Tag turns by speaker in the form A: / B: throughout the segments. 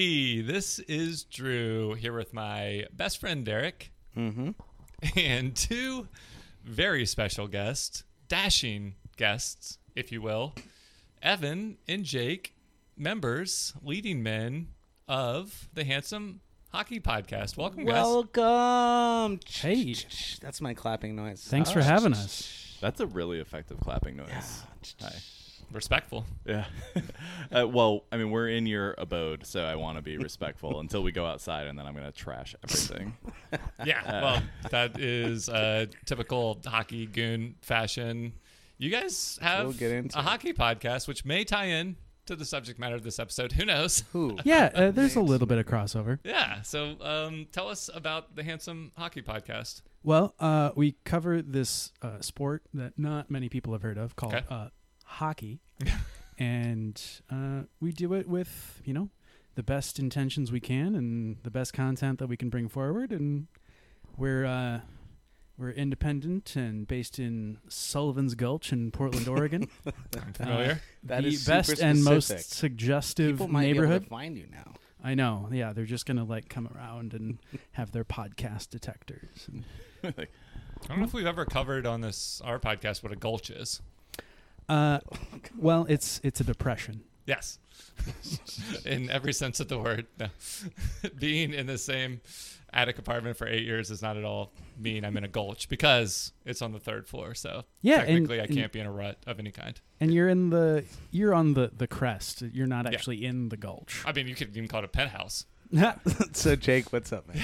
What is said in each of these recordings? A: This is Drew here with my best friend Derek
B: Mm-hmm.
A: and two very special guests, dashing guests, if you will. Evan and Jake, members, leading men of the Handsome Hockey Podcast. Welcome, guys.
B: Welcome.
C: Hey.
B: That's my clapping noise. Ah,
C: Thanks for having us.
D: That's a really effective clapping noise. Hi.
A: Respectful.
D: Yeah. uh, well, I mean, we're in your abode, so I want to be respectful until we go outside, and then I'm going to trash everything.
A: Yeah. Well, that is uh, typical hockey goon fashion. You guys have
B: We'll get into
A: a
B: it.
A: hockey podcast, which may tie in to the subject matter of this episode. Who knows?
B: Who?
C: Yeah, uh, there's a little bit of crossover.
A: Yeah. So um, tell us about the Handsome Hockey Podcast.
C: Well, uh, we cover this uh, sport that not many people have heard of called
A: Okay.
C: uh, hockey, and uh, we do it with you know the best intentions we can and the best content that we can bring forward, and we're uh, we're independent and based in Sullivan's Gulch in Portland, Oregon. Uh,
A: I'm familiar.
B: That
C: the
B: is super
C: best and most
B: specific.
C: suggestive
B: People might be able
C: neighborhood.
B: to find you now.
C: I know. Yeah, they're just gonna like come around and have their podcast detectors.
D: Like,
A: I don't know if we've ever covered on this our podcast what a gulch is.
C: Uh, well, it's it's a depression.
A: Yes, in every sense of the word. No. Being in the same attic apartment for eight years does not at all mean I'm in a gulch because it's on the third floor. So
C: Yeah, and-
A: technically, I
C: and-
A: can't be in a rut of any kind.
C: And you're in the you're on the the crest. You're not
A: Yeah.
C: actually in the gulch.
A: I mean, you could even call it a penthouse.
B: so Jake, what's up, man?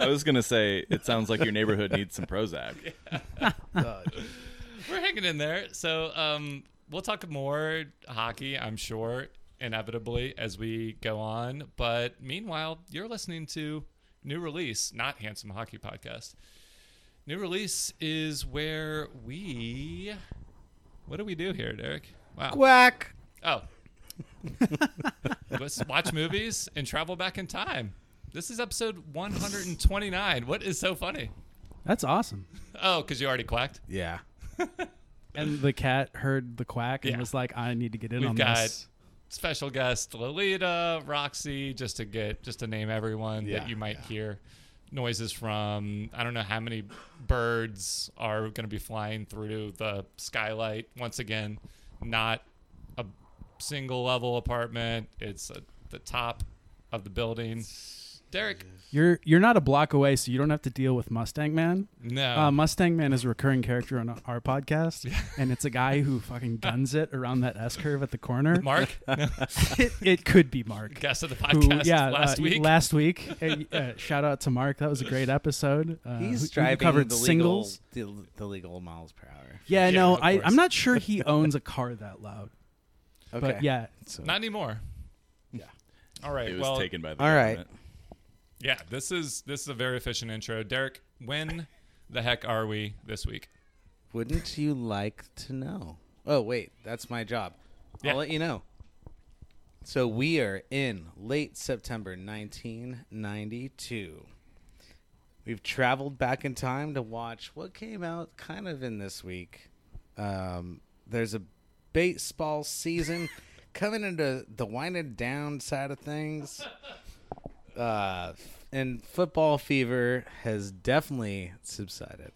D: I was going to say, it sounds like your neighborhood needs some Prozac.
B: Uh,
A: We're hanging in there. So um, we'll talk more hockey, I'm sure, inevitably as we go on. But meanwhile, you're listening to New Release, not Handsome Hockey Podcast. New Release is where we. What do we do here, Derek? Wow.
B: Quack.
A: Oh. Let's watch movies and travel back in time. This is episode 129. What is so funny?
C: That's awesome.
A: Oh, because you already quacked?
B: Yeah.
C: And the cat heard the quack and
A: Yeah.
C: was like, "I need to get in
A: We've
C: on
A: got
C: this."
A: special guest Lolita, Roxy, just to get just to name everyone
B: Yeah,
A: that you might hear noises from. I don't know how many birds are going to be flying through the skylight once again. Not a single level apartment. It's at the top of the building. Derek,
C: You're you're not a block away, so you don't have to deal with Mustang Man.
A: no.
C: Uh, Mustang Man is a recurring character on our podcast, and it's a guy who fucking guns it around that S curve at the corner.
A: Mark, no,
C: it, it could be Mark.
A: guest of the
C: who-
A: podcast
C: yeah,
A: last
C: uh,
A: week.
C: Last week, Hey, uh, shout out to Mark. That was a great episode. Uh,
B: He's
C: who- who
B: driving
C: covered
B: the
C: singles.
B: legal the, the legal miles per hour.
C: Yeah,
A: Yeah,
C: no,
A: of
C: I,
A: course.
C: I'm not sure he owns a car that loud,
B: Okay.
C: but yeah,
B: So-
A: Not anymore.
B: Yeah.
A: All right.
D: It was
A: well,
D: taken by the
B: all right.
D: government.
A: Yeah, this is this is a very efficient intro. Derek, when the heck are we this week?
B: Wouldn't you like to know? Oh, wait, that's my job.
A: Yeah.
B: I'll let you know. So we are in late September 1992. We've traveled back in time to watch what came out kind of in this week. Um, there's a baseball season coming into the winding down side of things. Uh, and football fever has definitely subsided.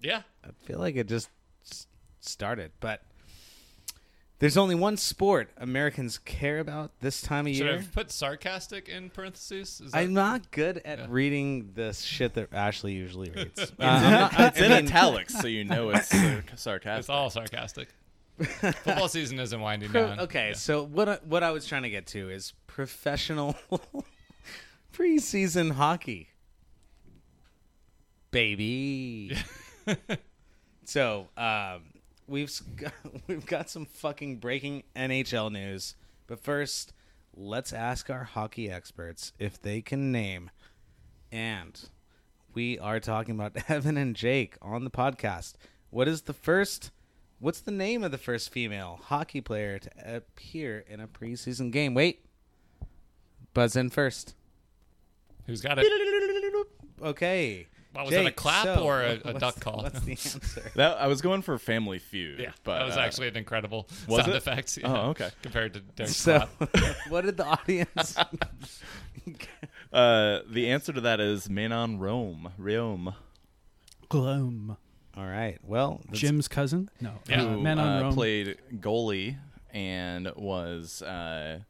A: Yeah.
B: I feel like it just s- started, but there's only one sport Americans care about this time of
A: Should I
B: year.
A: have put sarcastic in parentheses? Is that-
B: I'm not good at
A: Yeah.
B: reading this shit that Ashley usually reads. Uh,
D: It's,
B: I'm not-
D: in, it's
B: I
D: in
B: mean,
D: italics, so you know it's sar- sarcastic.
A: it's all sarcastic. Football season isn't winding
B: pro-
A: down.
B: okay,
A: Yeah.
B: so what I, what I was trying to get to is professional preseason hockey, baby. so um, we've s- got, we've got some fucking breaking NHL news, but first, let's ask our hockey experts if they can name. And we are talking about Evan and Jake on the podcast. What is the first? What's the name of the first female hockey player to appear in a preseason game? Wait, buzz in first.
A: Who's got it?
B: Okay,
A: Well, was it a
B: Jake,
A: clap
B: so,
A: or a, a
B: what's-
A: duck call?
B: What's the answer?
D: That I was going for Family Feud.
A: yeah,
D: but
A: that was
D: uh,
A: actually an incredible
D: was
A: sound
D: it?
A: effect.
D: Oh,
A: yeah,
D: okay.
A: Compared to Derek's
B: so,
A: clap.
B: what did the audience?
D: Uh, the answer to that is Menon Rome. Rome.
C: Gloam.
B: All right. Well, that's-
C: Jim's cousin? No.
A: Yeah.
C: Uh,
D: who
C: Men on
D: uh,
C: Rome.
D: played goalie and was uh,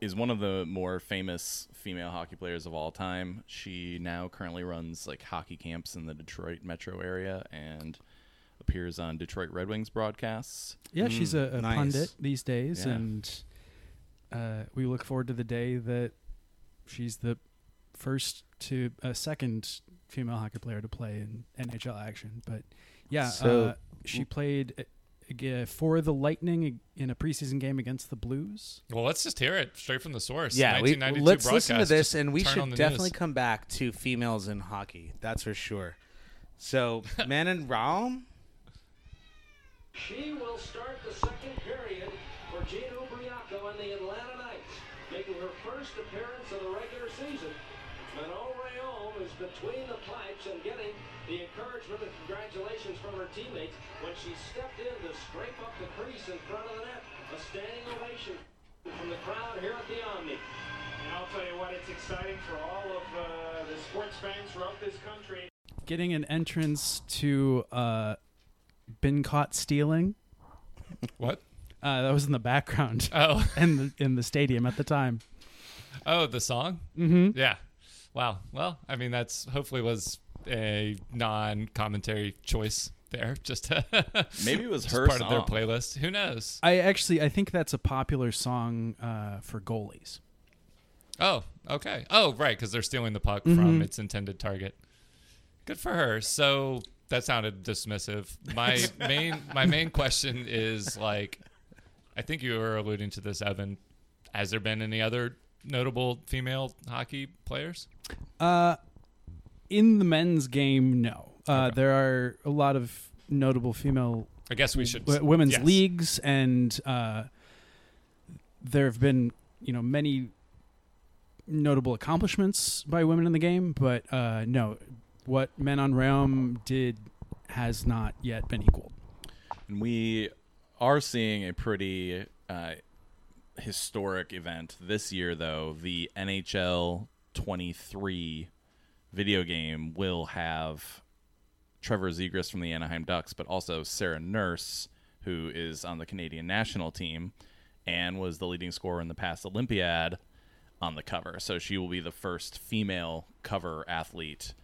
D: is one of the more famous female hockey players of all time. She now currently runs like hockey camps in the Detroit metro area and appears on Detroit Red Wings broadcasts.
C: Yeah, she's a,
B: Mm,
C: a
B: nice.
C: pundit these days,
D: Yeah.
C: and uh, we look forward to the day that she's the first to uh, second female hockey player to play in NHL action. But yeah,
B: So-
C: uh, she played uh, ag- for the Lightning in a preseason game against the Blues.
A: Well, let's just hear it straight from the source.
B: yeah. We,
A: 1992
B: let's listen to
A: broadcast.
B: this,
A: Just
B: and we
A: turn on
B: should
A: the
B: definitely
A: news.
B: come back to females in hockey. That's for sure. So, Manon Raum.
E: She will start the second period for Jean Ubriaco and the Atlanta Knights, making her first appearance of the regular season. Manon Rayon is between the pipes and getting the encouragement and congratulations from her teammates when she stepped in to scrape up the crease in front of the net. A standing ovation from the crowd here at the Omni.
F: And I'll tell you what, it's exciting for all of uh, the sports fans throughout this country.
C: Getting an entrance to uh, been caught stealing.
A: What?
C: Uh, that was in the background uh,
A: Oh,
C: in the in the stadium at the time.
A: oh, the song. Mm-hmm. Yeah. Wow. Well, I mean, that's hopefully was a non-commentary choice there. Just
D: Maybe it was
A: just
D: her
A: part of their
D: song.
A: playlist. Who knows?
C: I actually I think that's a popular song uh, for goalies.
A: Oh, okay. Oh, right, because they're stealing the puck
C: Mm-hmm.
A: from its intended target. Good for her. So that sounded dismissive. My main my main question is like, I think you were alluding to this, Evan. Has there been any other notable female hockey players?
C: in the men's game, no. Uh,
A: Okay.
C: There are a lot of notable female
A: I guess we should.
C: w- women's
A: yes.
C: leagues, and uh, there have been you know many notable accomplishments by women in the game. But uh, no, what Men on Realm did has not yet been equaled.
D: And we are seeing a pretty uh, historic event this year, though. The NHL 23 video game will have Trevor Zegras from the Anaheim Ducks, but also Sarah Nurse, who is on the Canadian national team and was the leading scorer in the past Olympiad on the cover. So she will be the first female cover athlete,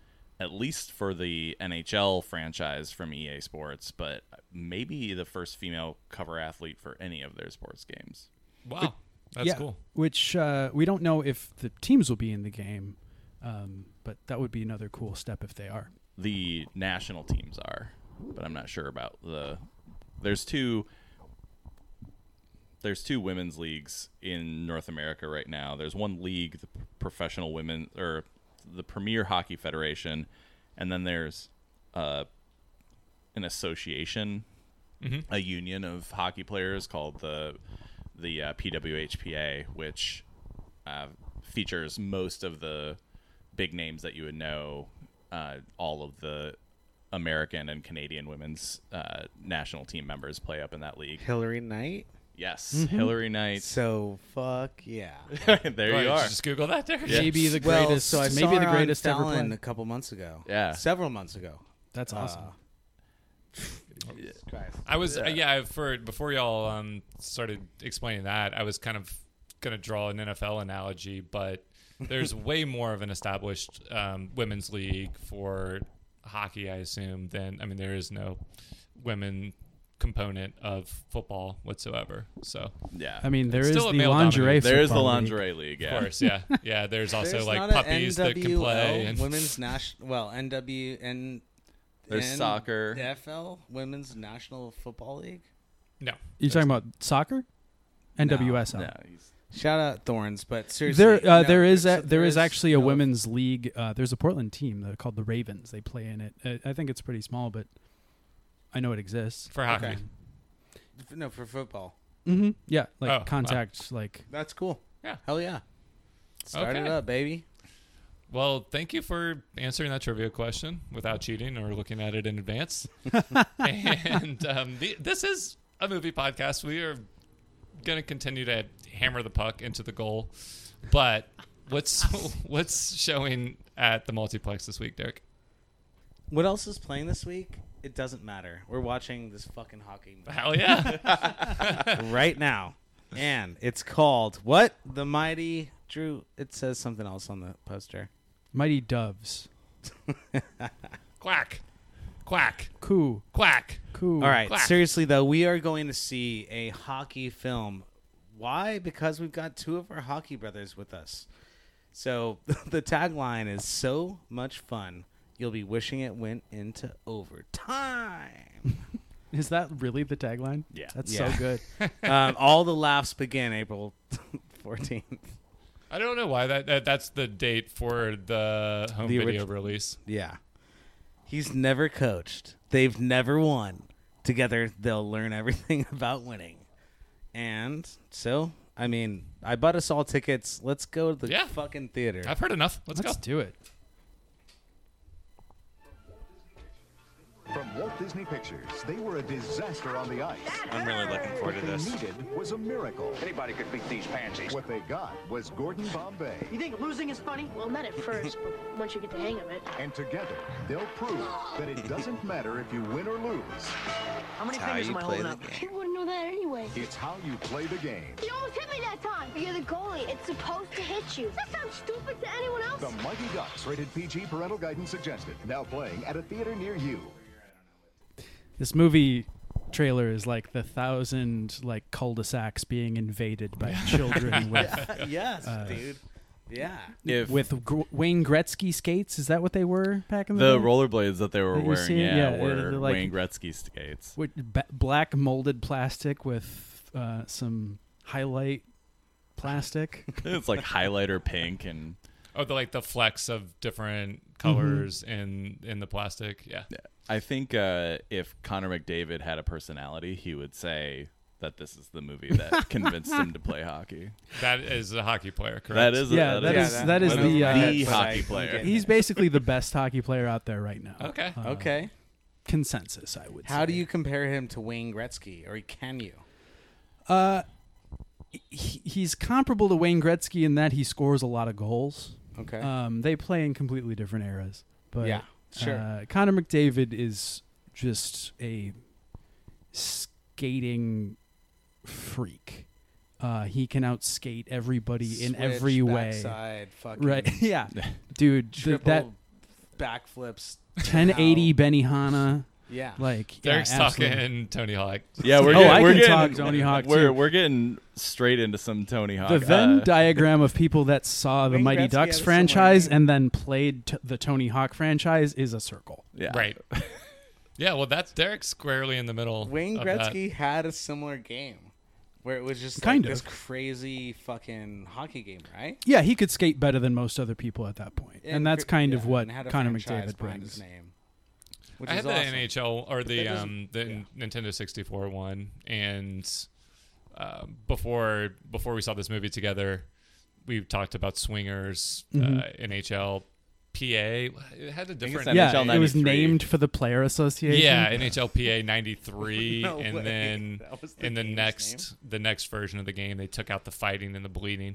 D: at least for the NHL franchise from EA Sports, but maybe the first female cover athlete for any of their sports games.
A: Wow, that's
C: yeah,
A: cool.
C: Which uh, we don't know if the teams will be in the game, um, but that would be another cool step if they are.
D: The national teams are, but I'm not sure about the. There's two. There's two women's leagues in North America right now. There's one league, the Professional Women or the Premier Hockey Federation, and then there's uh, an association, a union of hockey players called the the uh, PWHPA, which uh, features most of the big names that you would know, uh, all of the American and Canadian women's uh, national team members play up in that league.
B: Hillary Knight.
D: Yes,
C: Mm-hmm.
D: Hillary Knight.
B: So fuck yeah.
D: there
A: Right,
D: you
A: did
D: are.
A: Just Google that there.
D: Yeah.
C: Maybe the
B: Well,
C: greatest.
B: so I
C: maybe
B: saw
C: the
B: her on
C: greatest ever
B: Fallon uh,
C: played.
B: a couple months ago.
D: Yeah.
B: several months ago.
C: That's awesome.
A: I was yeah. yeah for before y'all um started explaining that I was kind of gonna draw an NFL analogy, but there's way more of an established um, women's league for hockey, I assume. Than I mean, there is no women component of football whatsoever. So
D: Yeah,
C: I mean, there
A: It's
C: is the
A: still a male
C: lingerie.
A: dominated-
D: there is the
C: football league.
D: lingerie league.
A: of
D: yeah.
A: course, yeah, yeah. There's also
B: There's
A: like
B: not a
A: puppies that can
B: NWL
A: play. And,
B: women's national. Well, NWN.
D: There's soccer.
B: NFL Women's National Football League.
A: no,
C: You're talking about soccer, NWSL.
D: No, he's-
B: Shout out Thorns, but seriously,
C: There,
B: no,
C: uh, there is
B: there's-
C: a, there is actually a
B: no-
C: women's league. Uh, there's a Portland team that called the Ravens. They play in it. Uh, I, I think it's pretty small, but I know it exists.
A: for hockey.
B: Okay. No, for football.
C: Mm-hmm. Yeah, like
A: Oh, wow.
C: contact, like
B: That's cool.
A: Yeah.
B: Hell yeah. Start
A: Okay.
B: it up, baby.
A: Well, thank you for answering that trivia question without cheating or looking at it in advance. and um, the, this is a movie podcast. We are going to continue to hammer the puck into the goal. But what's what's showing at the multiplex this week, Derek?
B: What else is playing this week? It doesn't matter. We're watching this fucking hockey
A: Hell yeah!
B: movie right now, and it's called what? The Mighty Drew. It says something else on the poster.
C: Mighty Doves.
A: quack, quack,
C: Coo.
A: quack.
C: Coo.
B: All right,
A: Quack.
B: seriously though, we are going to see a hockey film. Why? Because we've got two of our hockey brothers with us. So the tagline is so much fun, you'll be wishing it went into overtime.
C: Is that really the tagline?
D: Yeah.
C: That's
B: Yeah.
C: so good.
B: um, all the laughs begin April 14th.
A: I don't know why that, that that's the date for the home
B: The
A: video
B: orig-
A: release.
B: Yeah. He's never coached. They've never won. Together, they'll learn everything about winning. And so, I mean, I bought us all tickets. Let's go to the
A: Yeah.
B: fucking theater.
A: I've heard enough. Let's
C: Let's
A: go.
C: do it.
G: From Walt Disney Pictures, they were a disaster on the ice.
H: I'm really looking forward to
G: What
H: this.
G: they needed was a miracle.
H: Anybody could beat these pansies.
G: What they got was Gordon Bombay.
I: You think losing is funny?
J: Well, not at first, but once you get the hang of it.
G: And together, they'll prove that it doesn't matter if you win or lose.
I: How many
H: That's how
I: fingers
H: you
I: am I
H: play
I: holding
H: the
I: up?
H: game.
J: You wouldn't know that anyway.
G: It's how you play the game.
J: You almost hit me that time. You're the goalie. It's supposed to hit you. That sounds stupid to anyone else.
G: The Mighty Ducks, rated PG, parental guidance suggested. Now playing at a theater near you.
C: This movie trailer is like the thousand like cul-de-sacs being invaded by children with
B: yes,
C: Uh,
B: dude. Yeah.
D: If
C: with Gr- Wayne Gretzky skates. Is that what they were back in the,
D: the
C: day?
D: rollerblades that they
C: Mm-hmm.
D: were
C: Have you
D: wearing,
C: seen-
D: yeah,
C: yeah, they're-
D: were
C: they're like-
D: Wayne Gretzky skates.
C: With ba- black molded plastic with uh, some highlight plastic.
D: it's like highlighter pink and
A: Oh, the like the flecks of different colors in in the plastic. Yeah.
D: I think uh, if Connor McDavid had a personality, he would say that this is the movie that convinced him to play hockey.
A: that is a hockey player, correct?
D: That is
C: Yeah,
D: that
C: that
D: is,
C: is- that is the, uh,
D: the
B: That's what
D: hockey
B: I-
D: player.
B: okay.
C: He's basically the best hockey player out there right now.
A: okay.
C: Uh,
B: Okay.
C: Consensus, I would say.
B: How do you compare him to Wayne Gretzky, or can you?
C: He- he's comparable to Wayne Gretzky in that he scores a lot of goals.
B: Okay.
C: Um, they play in completely different eras. But
B: Yeah, sure.
C: Uh, Connor McDavid is just a skating freak. Uh, he can outskate everybody in
B: Switch,
C: every way.
B: backside, fucking
C: Right? yeah, dude. th-
B: Triple
C: that
B: backflips.
C: 1080
B: How-
C: Benihana,
B: Yeah.
C: like yeah,
A: Derek's
C: absolutely.
A: talking Tony Hawk.
D: Yeah, we're
C: Oh,
D: getting,
C: I
D: we're
C: can
D: getting,
C: talk Tony Hawk,
D: We're
C: too.
D: we're getting straight into some Tony Hawk.
C: The Venn
D: Uh,
C: diagram of people that saw the
B: Wayne
C: Mighty
B: Gretzky had a
C: Ducks
B: similar
C: franchise
B: name.
C: and then played t- the Tony Hawk franchise is a circle.
D: yeah.
A: Right. Yeah, well, that's Derek squarely in the middle.
B: Wayne
A: of that.
B: Gretzky had a similar game where it was just
C: Kind
B: like
C: of.
B: this crazy fucking hockey game, right?
C: Yeah, he could skate better than most other people at that point, and, that's
B: cr-
C: kind
B: yeah,
C: of what
B: and had a
C: Connor
B: franchise
C: McDavid
B: behind his
C: brings.
B: name, which
A: I
B: is
A: had the
B: awesome.
A: NHL or the
B: that doesn't-
A: um the Nintendo 64 one, and uh, before before we saw this movie together, we talked about swingers, uh, NHL, PA. It had a different
D: it's
C: Yeah,
D: NHL
C: it was
D: 93.
C: named for the player association.
A: Yeah, NHLPA '93,
B: No
A: and
B: way.
A: then
B: That was the
A: in the
B: game's
A: next the next version of the game, they took out the fighting and the bleeding,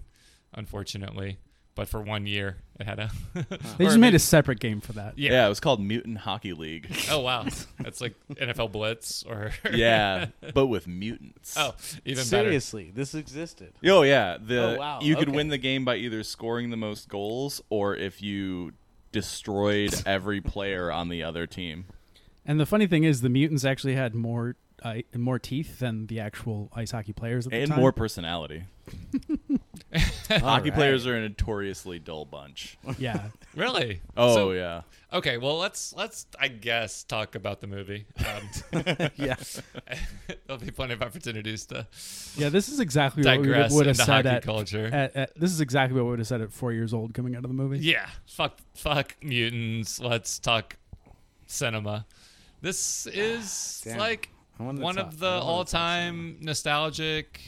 A: unfortunately. But for one year, it had a.
C: they
A: or
C: just made
A: maybe-
C: a separate game for that.
D: Yeah. it was called Mutant Hockey League.
A: Oh wow, that's like NFL Blitz or
D: yeah, but with mutants.
A: Oh, even better.
B: Seriously, this existed.
D: Oh yeah, the
B: Oh, wow,
D: you could
B: okay.
D: win the game by either scoring the most goals or if you destroyed every player on the other team.
C: And the funny thing is, the mutants actually had more uh, more teeth than the actual ice hockey players at the
D: And
C: time.
D: more personality. Hockey players are a notoriously dull bunch.
C: yeah,
A: Really?
D: Oh
A: So-
D: yeah.
A: Okay, well let's let's I guess talk about the movie. Um,
B: yeah.
A: there'll be plenty of opportunities to
C: yeah. This is exactly what we
A: digress
C: would have
A: into
C: said
A: hockey
C: at,
A: culture.
C: at, at- This is exactly what we would have said at four years old coming out of the movie.
A: Yeah, fuck, fuck mutants. Let's talk cinema. This is
B: Ah, Damn.
A: like
B: I wanted to
A: one
B: talk-
A: of
B: I
A: the
B: wanted to talk
A: all-time nostalgic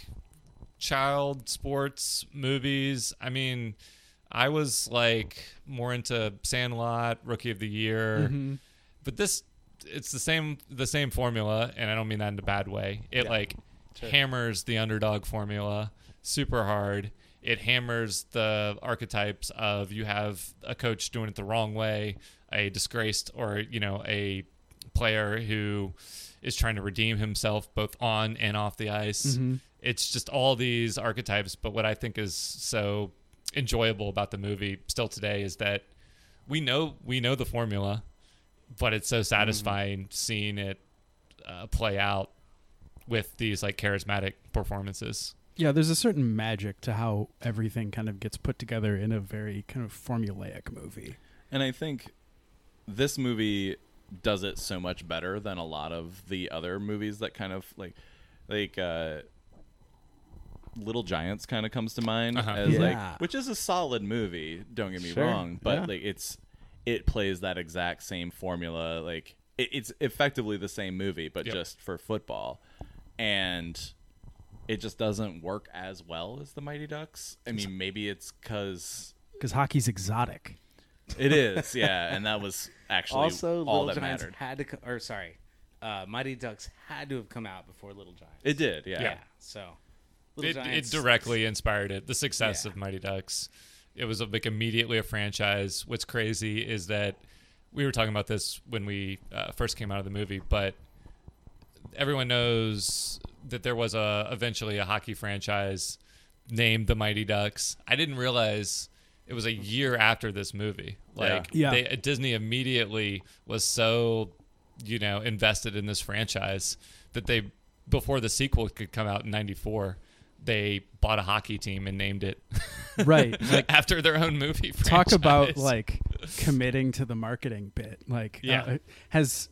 A: child sports movies. I mean, I was like more into Sandlot, Rookie of the Year,
B: Mm-hmm.
A: but this it's the same the same formula, and I don't mean that in a bad way. It like hammers the underdog formula super hard. It hammers the archetypes of you have a coach doing it the wrong way, a disgraced or you know a player who is trying to redeem himself both on and off the ice. It's just all these archetypes. But what I think is so enjoyable about the movie still today is that we know we know the formula, but it's
B: Mm-hmm.
A: so satisfying seeing it uh, play out with these like charismatic performances.
C: Yeah, there's a certain magic to how everything kind of gets put together in a very kind of formulaic movie.
D: And I think this movie does it so much better than a lot of the other movies that kind of like like uh Little Giants kind of comes to mind as
B: Yeah.
D: like which is a solid movie, don't get me
B: Sure,
D: wrong, but
B: yeah.
D: like it's it plays that exact same formula like it, it's effectively the same movie but
A: Yep.
D: just for football. And it just doesn't work as well as the Mighty Ducks. I mean, maybe it's cuz
C: Because hockey's exotic.
D: it is, yeah, and that was actually
B: Also,
D: all
B: Little
D: that
B: Giants
D: mattered.
B: had to, co- or sorry, uh, Mighty Ducks had to have come out before Little Giants.
D: It did, yeah.
B: yeah. So, Little
A: It, it
B: Giants-
A: directly inspired it. The success
B: Yeah.
A: of Mighty Ducks, it was like immediately a franchise. What's crazy is that we were talking about this when we uh, first came out of the movie, but everyone knows that there was a eventually a hockey franchise named the Mighty Ducks. I didn't realize it was a year after this movie. Like
C: Yeah.
A: They, uh, Disney immediately was so you know invested in this franchise that they before the sequel could come out in 94 they bought a hockey team and named it
C: Right.
A: after their own movie
C: talk about
A: franchise.
C: like committing to the marketing bit like
A: Yeah.
C: uh, has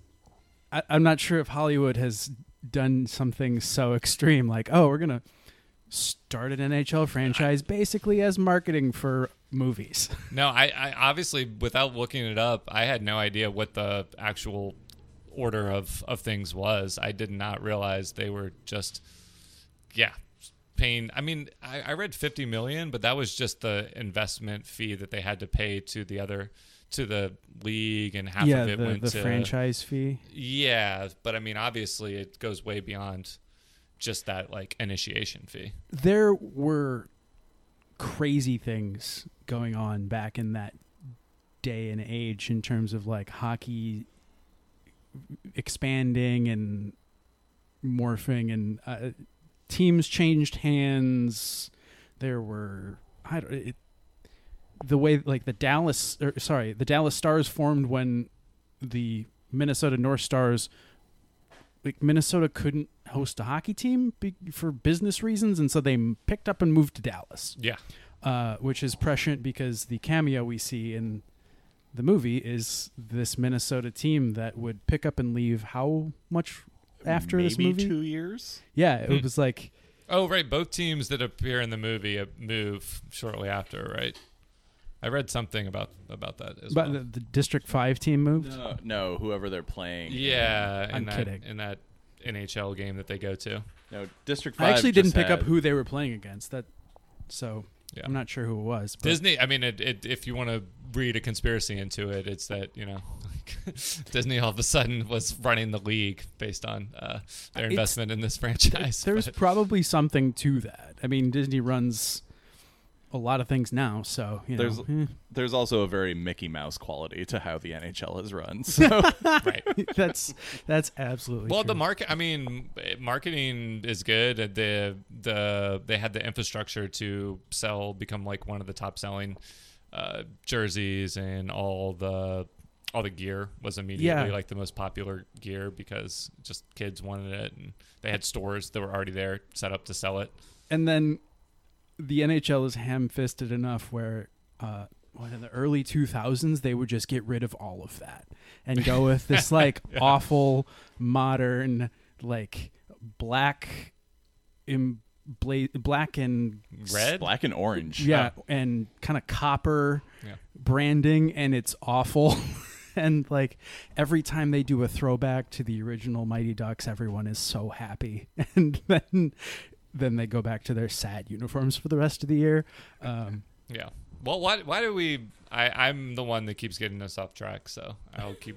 C: I, i'm not sure if hollywood has done something so extreme like oh we're gonna start an nhl franchise basically as marketing for movies
A: No, I, I obviously without looking it up, I had no idea what the actual order of of things was. I did not realize they were just yeah paying. I mean, I, I read fifty million, but that was just the investment fee that they had to pay to the other to the league, and half
C: yeah
A: of it
C: the,
A: went
C: the
A: to
C: franchise fee
A: Yeah, but I mean, obviously, it goes way beyond just that like initiation fee.
C: there were crazy things going on back in that day and age in terms of like hockey expanding and morphing and uh, teams changed hands there were i don't it, the way like the Dallas or, sorry the Dallas Stars formed when the Minnesota North Stars like Minnesota couldn't host a hockey team be, for business reasons, and so they m- picked up and moved to Dallas,
A: Yeah,
C: uh, which is prescient because the cameo we see in the movie is this Minnesota team that would pick up and leave. How much after this
D: Maybe
C: movie?
D: two Hmm. years.
C: Yeah, it was like
A: Oh, right. Both teams that appear in the movie uh, move shortly after, right? I read something about about that as
C: but
A: well.
C: the, the District Five team moved.
D: No, no, whoever they're playing.
A: yeah, in
C: I'm
A: that,
C: kidding.
A: In that NHL game that they go to,
D: No, District Five.
C: I actually didn't
D: just
C: pick up
D: had-
C: who they were playing against. That so
A: Yeah.
C: I'm not sure who it was. But
A: Disney. I mean, it, it, if you want to read a conspiracy into it, it's that you know, Disney all of a sudden was running the league based on uh, their
C: It's-
A: investment in this franchise.
C: There's
A: but-
C: probably something to that. I mean, Disney runs a lot of things now, so you know.
D: There's
C: eh,
D: there's also a very Mickey Mouse quality to how the NHL is run. So
A: right.
C: that's that's absolutely
A: Well,
C: true.
A: the market. I mean, eh, marketing is good. Uh, The the they had the infrastructure to sell, become like one of the top selling uh, jerseys, and all the all the gear was immediately
C: Yeah.
A: like the most popular gear because just kids wanted it, and they had stores that were already there set up to sell it.
C: and then the NHL is ham-fisted enough where uh what, in the early 2000s they would just get rid of all of that and go with this like awful modern like black em- bla- black and
A: Red.
D: black and orange.
C: yeah uh, and kind of copper
A: Yeah.
C: branding and it's awful and like every time they do a throwback to the original mighty ducks everyone is so happy and then then they go back to their sad uniforms for the rest of the year um,
A: Yeah. Well, why why do we? I I'm the one that keeps getting us off track, so I'll keep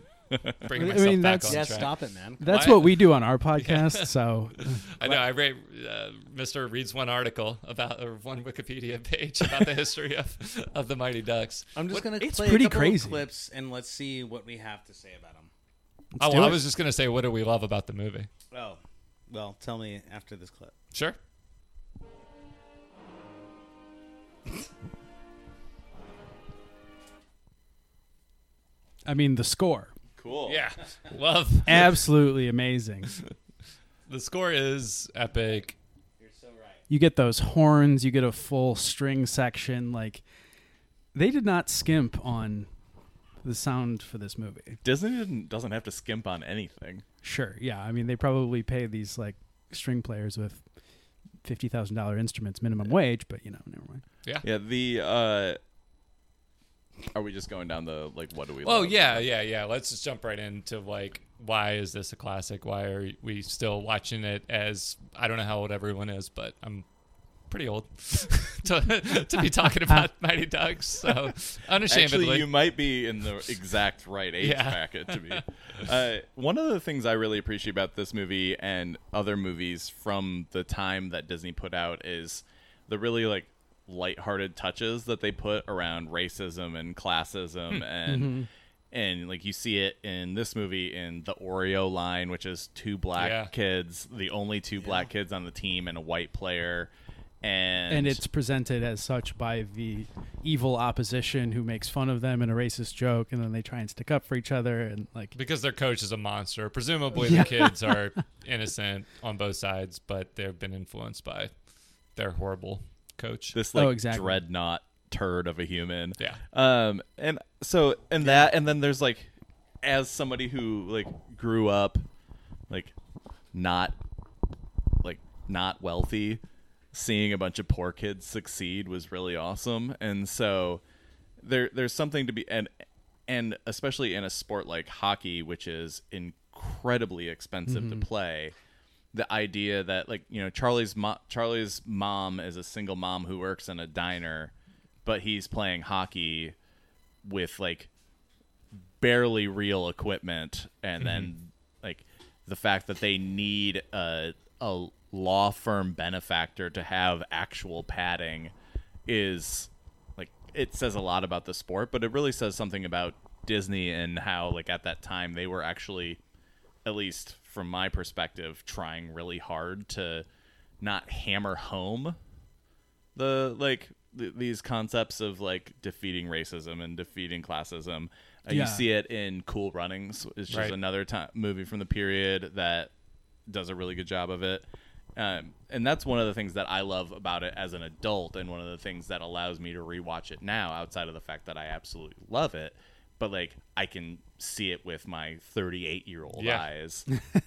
A: bringing
C: I
A: myself
C: mean,
A: back
C: that's-
A: on
B: Yeah,
A: track.
B: stop it, man.
C: That's
A: Why-
C: what we do on our podcast. So
A: I know. I read uh, Mr. reads one article about or one Wikipedia page about the history of of the Mighty Ducks.
B: I'm just gonna
C: it's
B: play
C: pretty
B: a couple of
C: crazy.
B: clips and let's see what we have to say about them.
A: oh,
C: do
A: well, I
C: it.
A: was just gonna say, what do we love about the movie?
B: Oh, well, tell me after this clip.
A: Sure.
C: I mean, the score
D: Cool.
A: Yeah, love.
C: absolutely amazing.
A: The score is epic.
B: You're so right.
C: You get those horns. You get a full string section. Like they did not skimp on the sound for this movie.
D: Disney doesn't have to skimp on anything.
C: Sure. Yeah. I mean, they probably pay these like string players with fifty thousand dollar instruments minimum wage, but you know, never mind.
D: Yeah, the uh are we just going down the like what do we
A: Oh
D: love?
A: yeah, yeah, yeah. Let's just jump right into like why is this a classic? Why are we still watching it as I don't know how old everyone is, but I'm pretty old to, to be talking about Mighty Ducks. So unashamedly.
D: Actually, you might be in the exact right age
A: Yeah.
D: bracket to be. Uh, one of the things I really appreciate about this movie and other movies from the time that Disney put out is the really like lighthearted touches that they put around racism and
A: Hmm.
D: classism and
A: Mm-hmm.
D: and like you see it in this movie in the Oreo line, which is two black
A: Yeah.
D: kids, the only two black kids on the team, and a white player. And,
C: and it's presented as such by the evil opposition who makes fun of them in a racist joke and then they try and stick up for each other and like
A: because their coach is a monster. Presumably the kids are innocent on both sides, but they've been influenced by their horrible coach.
D: this
C: Oh,
D: like
C: exactly.
D: dreadnought turd of a human.
A: Yeah.
D: Um and so and that and then there's like as somebody who like grew up like not like not wealthy, seeing a bunch of poor kids succeed was really awesome. And so there there's something to be and and especially in a sport like hockey which is incredibly expensive
C: Mm-hmm.
D: to play the idea that like you know Charlie's mo- Charlie's mom is a single mom who works in a diner but he's playing hockey with like barely real equipment and then like the fact that they need a a law firm benefactor to have actual padding is like it says a lot about the sport but it really says something about Disney and how like at that time they were actually at least from my perspective trying really hard to not hammer home the like th- these concepts of like defeating racism and defeating classism. Uh,
C: Yeah.
D: You see it in Cool Runnings, which
A: Right.
D: is another time movie from the period that does a really good job of it. Um, and that's one of the things that I love about it as an adult, and one of the things that allows me to rewatch it now, outside of the fact that I absolutely love it. But like, I can see it with my 38 year old
A: Yeah.
D: eyes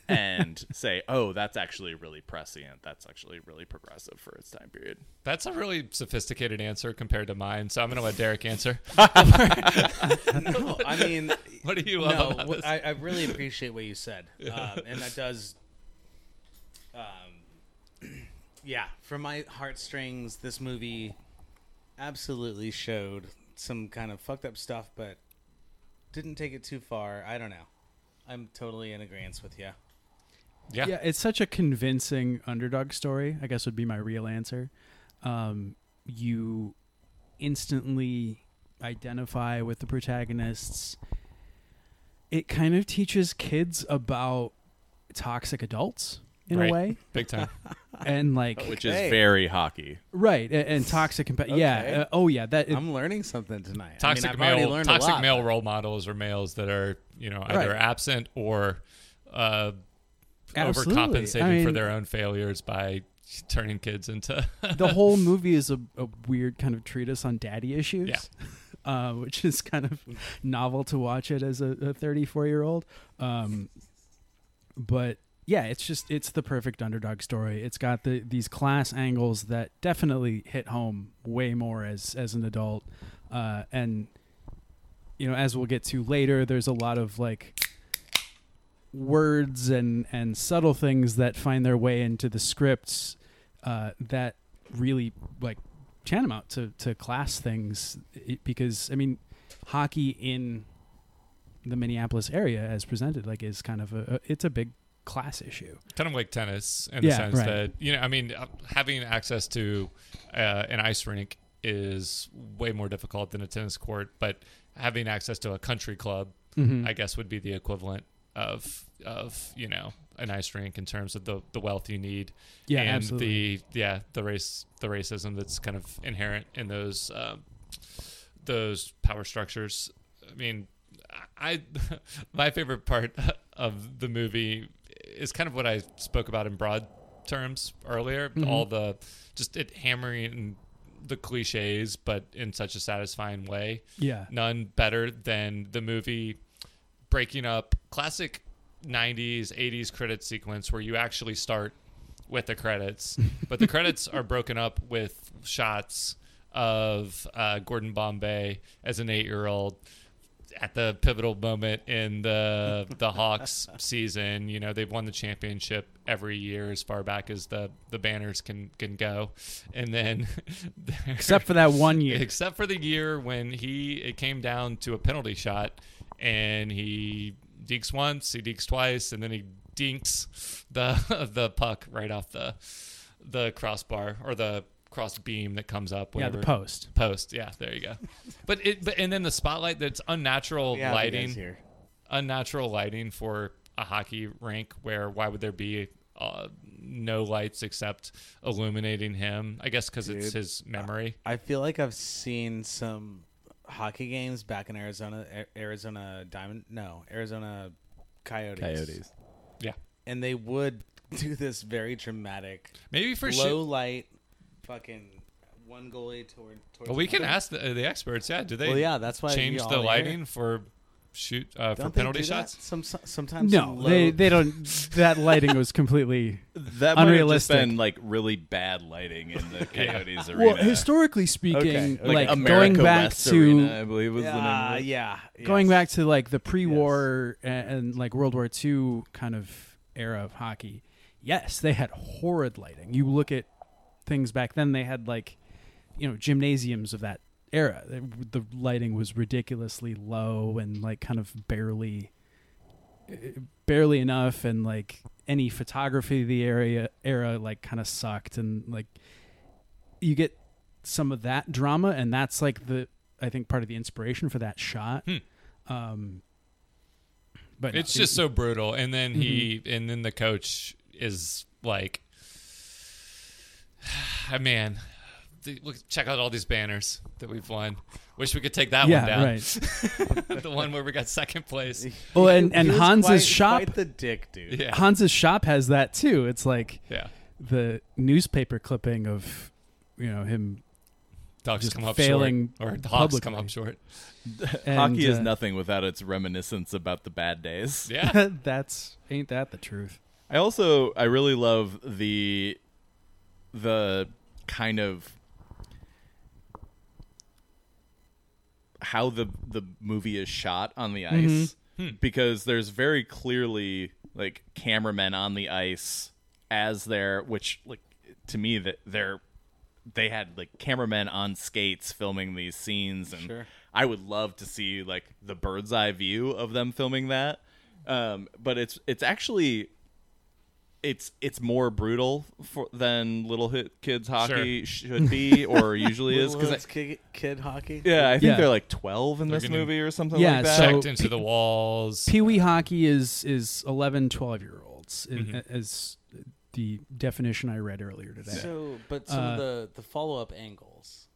D: and say, oh, that's actually really prescient. That's actually really progressive for its time period.
A: That's a really sophisticated answer compared to mine, so I'm gonna let Derek answer.
B: No, I mean,
A: What do you love
B: no,
A: about
B: wh-
A: this?
B: I, I really appreciate what you said, um, and that does. Um, yeah, from my heartstrings, this movie absolutely showed some kind of fucked up stuff, but didn't take it too far. I don't know. I'm totally in agreement with you.
A: yeah.
C: yeah it's such a convincing underdog story i guess would be my real answer um, you instantly identify with the protagonists it kind of teaches kids about toxic adults in
A: Right.
C: a way
A: Big time.
C: and
B: Oh,
C: like
D: which is
B: Okay.
D: very hockey.
C: right and, and toxic compa-
B: Okay.
C: yeah uh, oh yeah that
B: I'm learning something tonight.
A: toxic
B: I mean, I've already
A: male
B: learned
A: toxic
B: a lot.
A: male role models are males that are you know either
C: Right.
A: absent or uh,
C: Absolutely.
A: overcompensating
C: I
A: for
C: mean-
A: their own failures by turning kids into
C: the whole movie is a, a weird kind of treatise on daddy issues,
A: Yeah.
C: uh, which is kind of novel to watch it as a 34 year old. Um, but yeah, it's just it's the perfect underdog story. It's got the these class angles that definitely hit home way more as as an adult, uh, and you know as we'll get to later, there's a lot of like words and and subtle things that find their way into the scripts uh, that really like tantamount to, to class things i- because I mean, hockey in the Minneapolis area, as presented, like is kind of a, a it's a big class issue.
A: kind of like tennis in the
C: Yeah,
A: sense
C: right.
A: that you know i mean uh, having access to uh, an ice rink is way more difficult than a tennis court but having access to a country club
C: Mm-hmm.
A: i guess would be the equivalent of of you know an ice rink in terms of the the wealth you need
C: Yeah,
A: and
C: absolutely.
A: the yeah the race the racism that's kind of inherent in those um, those power structures. I mean, I my favorite part of the movie is kind of what I spoke about in broad terms earlier. All the just it hammering the cliches, but in such a satisfying way.
C: Yeah.
A: none better than the movie breaking up classic 90s 80s credit sequence where you actually start with the credits but the credits are broken up with shots of uh, gordon bombay as an eight-year-old at the pivotal moment in the the hawks season you know they've won the championship every year as far back as the the banners can can go and then
C: Except for that one year.
A: except for the year when he it came down to a penalty shot and he deeks once he deeks twice and then he dinks the the puck right off the the crossbar or the cross beam that comes up
C: Yeah,
A: whatever.
C: the post.
A: post yeah there you go but it but, and then the spotlight that's unnatural
B: Yeah, the guys
A: lighting
B: here.
A: unnatural lighting for a hockey rink where why would there be uh, no lights except illuminating him i guess because it's
B: Dude,
A: his memory
B: I feel like I've seen some hockey games back in Arizona, A- Arizona Diamond. No, Arizona Coyotes.
D: Coyotes.
A: yeah
B: And they would do this very dramatic,
A: maybe for sure.
B: low light, fucking one goalie toward. Towards
A: Well, we can
B: another.
A: ask the, uh, the experts. Yeah, do they?
B: Well, yeah, that's why
A: change
B: you
A: the
B: all
A: lighting
B: air.
A: for shoot uh, for
B: Don't they
A: penalty
B: do that?
A: shots.
B: Some sometimes some
C: No,
B: low-
C: they they don't. That lighting was completely.
D: That might have just
C: Unrealistic.
D: been like really bad lighting in the Coyotes arena.
C: Well, historically
B: Okay,
C: speaking, like, going
D: America
C: back
D: West
C: to
D: Arena, I believe was the
B: Yeah,
D: name. of it.
B: yeah. yes.
C: going back to like the pre-war a- and, like World War II kind of era of hockey. Yes, they had horrid lighting. You look at things back then; they had like you know gymnasiums of that era. They- The lighting was ridiculously low and like kind of barely, barely enough, and like any photography of the area era like kind of sucked and like you get some of that drama and that's like the i think part of the inspiration for that shot
B: Hmm.
C: um but
A: It's
C: it-
A: just so brutal. And then he
C: Mm-hmm.
A: and then the coach is like, "Ah, "Man, th- look, check out all these banners that we've won. Wish we could take that
C: yeah
A: one down.
C: right
A: the one where we got second place.
C: well and, and
B: He was
C: hans's
B: quite-
C: shop
B: quite the dick, dude.
A: Yeah,
C: hans's shop has that too it's like
A: yeah.
C: the newspaper clipping of you know him
A: Ducks
C: Just
A: come up
C: failing
A: short, or the Hawks come
C: publicly.
A: up short.
C: and,
D: Hockey is
C: uh,
D: nothing without its reminiscence about the bad days.
A: Yeah,
C: that's ain't that the truth
D: I also I really love the the kind of how the the movie is shot on the ice because there's very clearly like cameramen on the ice as they're which like to me that they're they had like cameramen on skates filming these scenes and
B: Sure.
D: I would love to see like the bird's eye view of them filming that um but it's it's actually it's it's more brutal for, than little hit kids hockey should be or usually is
B: Little
D: because
B: Hood's kid, kid hockey.
D: yeah I think
C: Yeah.
D: they're like 12 in this
A: getting-
D: movie or something
C: Yeah,
D: like that
C: so-
A: checked into the walls.
C: Pee-wee hockey is is 11, 12 year olds i-
A: Mm-hmm.
C: as the definition I read earlier today.
B: So, but some of the the follow up angles.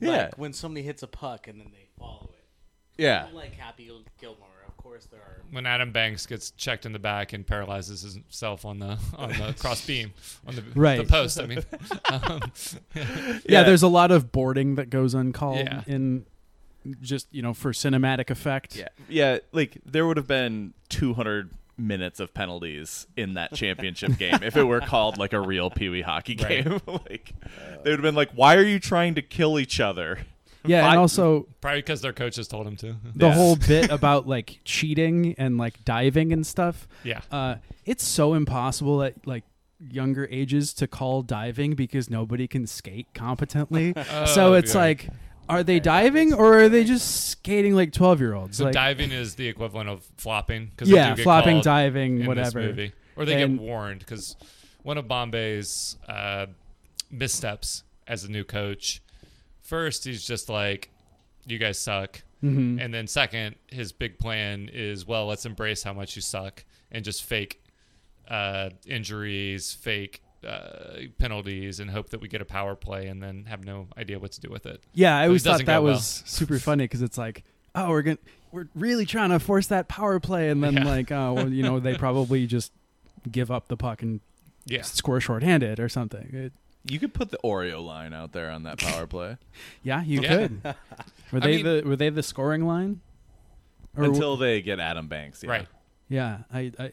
D: yeah
B: Like when somebody hits a puck and then they follow it.
D: yeah
B: Like Happy Gilmore, of course there are.
A: when Adam Banks gets checked in the back and paralyzes himself on the on the cross beam on the,
C: Right.
A: the post. I mean, um,
C: yeah, there's a lot of boarding that goes uncalled
A: Yeah.
C: in just you know for cinematic effect.
D: Yeah, yeah. Like there would have been 200 minutes of penalties in that championship game if it were called like a real Pee Wee hockey
A: Right.
D: game. like they would have been like, "Why are you trying to kill each other?"
C: yeah, and
D: Fi-
C: also
A: probably because their coaches told him to.
C: the
D: Yeah.
C: whole bit about like cheating and like diving and stuff.
A: Yeah.
C: uh, it's so impossible that like younger ages to call diving because nobody can skate competently.
A: Oh,
C: so it's
A: yeah.
C: like, are they diving or are they just skating like twelve year olds?
A: So
C: like,
A: diving is the equivalent of flopping. 'cause they
C: yeah,
A: do get
C: flopping,
A: called in
C: diving,
A: this
C: whatever.
A: movie. Or they
C: And-
A: get warned because one of Bombay's uh, missteps as a new coach, first, he's just like, you guys suck.
C: Mm-hmm.
A: And then, second, his big plan is, well, let's embrace how much you suck and just fake uh, injuries, fake uh, penalties, and hope that we get a power play and then have no idea what to do with it.
C: Yeah, I
A: But it
C: always thought
A: doesn't
C: that
A: go well.
C: was super funny because it's like, oh, we're gonna we're really trying to force that power play, and then
A: Yeah.
C: like, oh, well, you know, they probably just give up the puck and
A: Yeah.
C: score shorthanded or something. It,
D: You could put the Oreo line out there on that power play
C: yeah, you
A: Yeah.
C: could. Were they
A: mean-
C: the were they the scoring line? Or
D: until they get Adam Banks. Yeah.
A: Right.
C: yeah, I, I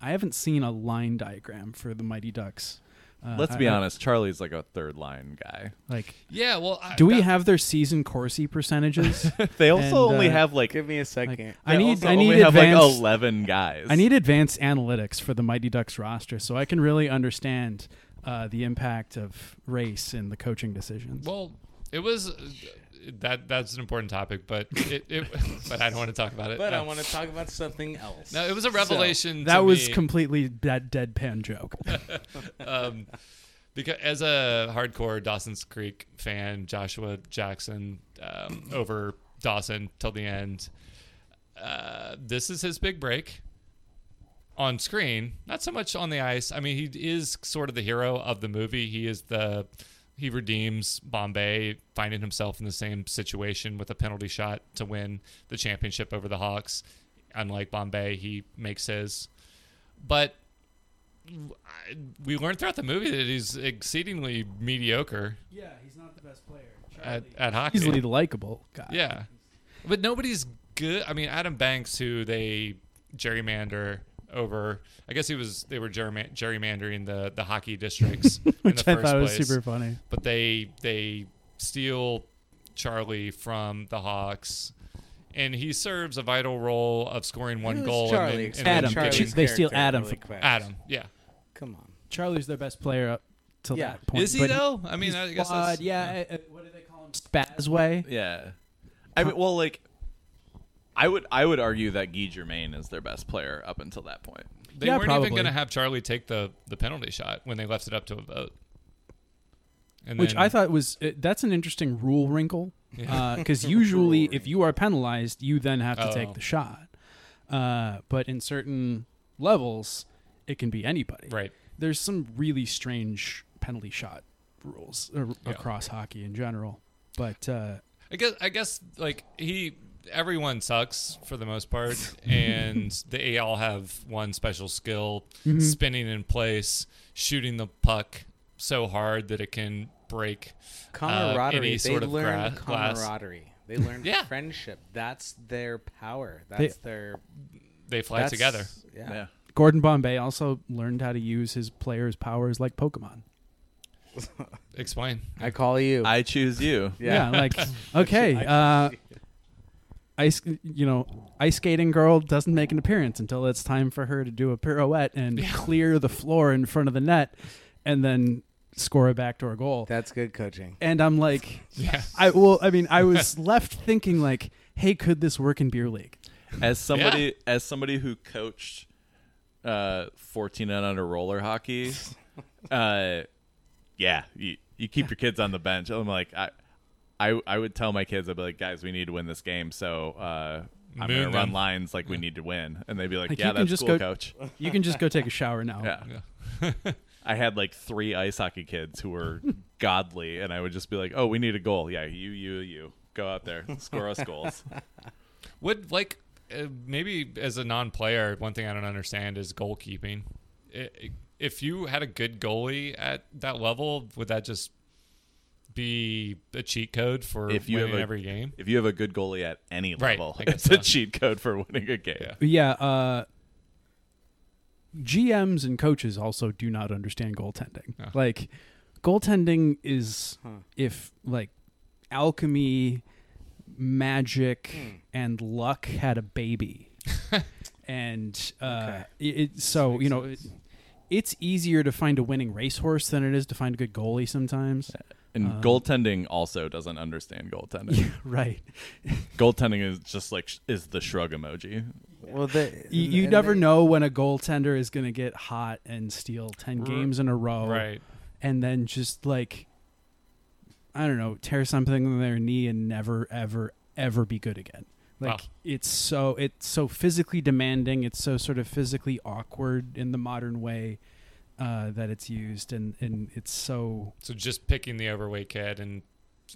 C: I haven't seen a line diagram for the Mighty Ducks. Uh, I-
D: Let's be
C: I-
D: honest. Charlie's like a third line guy.
C: Like,
A: Yeah. Well, I,
C: do we
A: that-
C: have their season Corsi percentages?
D: They also
C: And,
D: only
C: uh,
D: have like
B: Give me a second.
C: like,
D: they
C: I need
D: also
C: I
D: only
C: need
D: have like
C: advanced
D: eleven guys.
C: I need advanced analytics for the Mighty Ducks roster so I can really understand uh, the impact of race in the coaching decisions.
A: Well, it was uh, that that's an important topic, but it, it but I don't want to talk about it.
B: but
A: no.
B: I want to talk about something else.
A: No, it was a revelation.
C: that
A: to
C: was
A: me,
C: completely that deadpan joke.
A: um, because as a hardcore Dawson's Creek fan, Joshua Jackson um, over Dawson till the end. Uh, this is his big break on screen, not so much on the ice. I mean, he is sort of the hero of the movie. He is the he redeems Bombay, finding himself in the same situation with a penalty shot to win the championship over the Hawks. Unlike Bombay, he makes his. But I- we learned throughout the movie that he's exceedingly mediocre
C: yeah, he's not the best player.
A: at, at hockey.
C: Easily likable guy.
A: Yeah. But nobody's good. I mean, Adam Banks, who they gerrymander over, I guess he was, they were gerryman- gerrymandering the, the hockey districts in the
C: Which I
A: first
C: thought was
A: place.
C: super funny.
A: But they, they steal Charlie from the Hawks. And he serves a vital role of scoring one
B: Who's
A: goal.
B: Charlie?
A: and then,
B: Explain
A: and
C: Adam.
A: then
B: Charlie's
A: getting-
C: They steal
B: character
C: Adam
B: really
C: from-
B: quick.
A: Adam, yeah.
B: Come on.
C: Charlie's their best player up till
B: Yeah.
C: that point.
A: Is he
C: but
A: though? I mean, I guess that's,
C: flawed, yeah. uh, uh, what do they call him? Spazway.
D: Yeah. I mean, well, like, I would I would argue that Guy Germain is their best player up until that point.
A: They
C: Yeah,
A: weren't even
C: probably.
A: going to have Charlie take the, the penalty shot when they left it up to a vote. And
C: Which
A: then-
C: I thought was uh, that's an interesting rule wrinkle because usually if you are penalized, you then have to
A: Oh.
C: take the shot. Uh, but in certain levels, it can be anybody.
A: Right.
C: There's some really strange penalty shot rules uh,
A: Yeah.
C: across hockey in general. But uh,
A: I guess I guess like he everyone sucks for the most part, and they all have one special skill:
C: Mm-hmm.
A: spinning in place, shooting the puck so hard that it can break.
B: camaraderie.
A: Uh, any sort
B: they
A: of
B: learn
A: gra- glass.
B: camaraderie. They learn
A: Yeah.
B: friendship. That's their power. That's their.
A: They fly
B: that's-
A: together.
B: Yeah.
C: Gordon Bombay also learned how to use his players' powers like Pokemon.
A: Explain.
B: I call you.
D: I choose you.
C: Yeah, like okay, uh, ice you know ice skating girl doesn't make an appearance until it's time for her to do a pirouette and clear the floor in front of the net, and then score a backdoor goal.
B: That's good coaching.
C: and I'm like,
A: Yeah.
C: I well, I mean, I was left thinking like, hey, could this work in beer league?
D: As somebody as somebody who coached uh, fourteen and under roller hockey, uh, yeah, you, you keep your kids on the bench. I'm like I. I, I would tell my kids I'd be like guys we need to win this game so uh, I'm
A: Moon
D: gonna run
A: them.
D: lines like we need to win and they'd be like,
C: Like,
D: yeah
C: you can
D: that's
C: just
D: cool
C: go-
D: coach
C: You can just go take a shower now.
D: yeah I had like three ice hockey kids who were godly, and I would just be like, "Oh, we need a goal. Yeah, you, you, you, go out there, score us goals."
A: Would like uh, maybe as a non-player, one thing I don't understand is goalkeeping. I if you had a good goalie at that level, would that just be a cheat code for
D: If you have
A: winning
D: a-
A: every game?
D: If you have a good goalie at any
A: Right,
D: level,
A: I guess
D: it's
A: so.
D: a cheat code for winning a game.
A: Yeah.
C: Yeah. Uh, GMs and coaches also do not understand goaltending. Like, goaltending is if like alchemy, magic, and luck had a baby, and uh, it, it- so you know, it, it's easier to find a winning racehorse than it is to find a good goalie sometimes.
D: And
B: Uh-huh.
D: goaltending also doesn't understand goaltending.
C: Right.
D: Goaltending is just like sh- is the shrug emoji.
B: Well, they,
C: You, you never know when a goaltender is going to get hot and steal 10 games in a
D: Oh.
C: row.
A: Right.
C: And then just like, I don't know, tear something in their knee and never, ever, ever be good again. Like
A: Wow.
C: it's so it's so physically demanding. It's so sort of physically awkward in the modern way uh, that it's used, and and it's so
A: So just picking the overweight kid and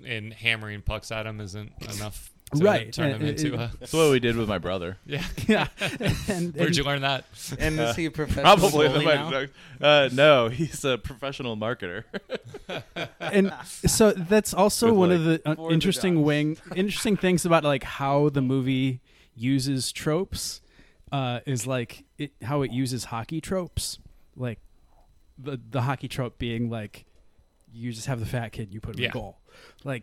A: and hammering pucks at him isn't enough to
C: Right.
A: turn him
C: Uh,
A: into
C: uh,
A: a
D: That's what we did with my brother.
A: yeah.
C: yeah. and,
A: Where'd
C: and-
A: you learn that?
B: And
A: uh,
B: is he a professional?
D: Probably
B: goalie
D: the
B: now?
D: my, uh, no, he's a professional marketer.
C: and so that's also
D: With,
C: one
D: like,
C: of the uh,
B: four
C: interesting
B: vagines.
C: wing interesting things about like how the movie uses tropes uh, is like it how it uses hockey tropes like the the hockey trope being like you just have the fat kid you put him
A: Yeah.
C: in goal like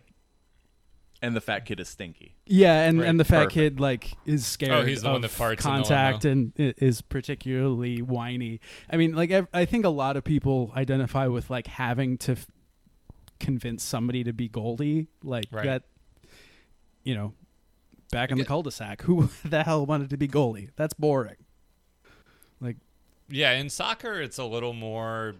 D: and the fat kid is stinky.
C: yeah and,
A: Right,
C: and the fat
D: perfect.
C: kid like is scared
A: Oh, he's the
C: of
A: one that farts in the
C: contact and i- is particularly whiny i mean like ev- i think a lot of people identify with like having to f- convince somebody to be goldie like
A: Right.
C: that you know back in the cul-de-sac who the hell wanted to be goalie that's boring like
A: Yeah, in soccer it's a little more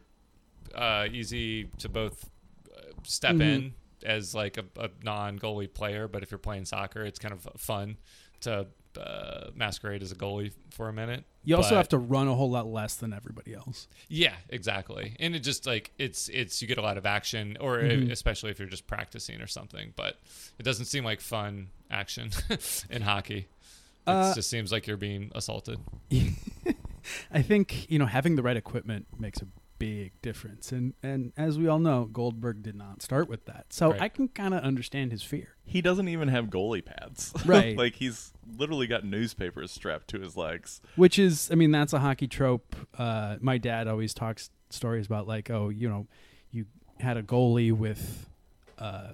A: uh, easy to both uh, step
C: Mm-hmm.
A: in as like a, a non-goalie player, but if you're playing soccer, it's kind of fun to uh, masquerade as a goalie for a minute.
C: you also
A: But-
C: have to run a whole lot less than everybody else
A: Yeah, exactly. And it just like it's it's you get a lot of action, or
C: Mm-hmm.
A: especially if you're just practicing or something. But it doesn't seem like fun action in hockey. It
C: Uh,
A: just seems like you're being assaulted.
C: I think you know having the right equipment makes a big difference, and and as we all know, Goldberg did not start with that, so
A: Right.
C: I can kind of understand his fear.
D: He doesn't even have goalie pads.
C: Right.
D: like he's literally got newspapers strapped to his legs.
C: Which is, I mean, that's a hockey trope. Uh, my dad always talks stories about like, oh, you know, you had a goalie with uh,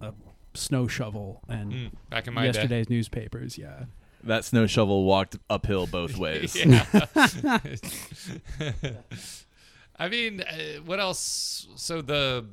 C: a snow shovel and
A: Mm, back in my day,
C: yesterday's newspapers. Yeah,
D: That snow shovel walked uphill both ways.
A: I mean, uh, what else? So the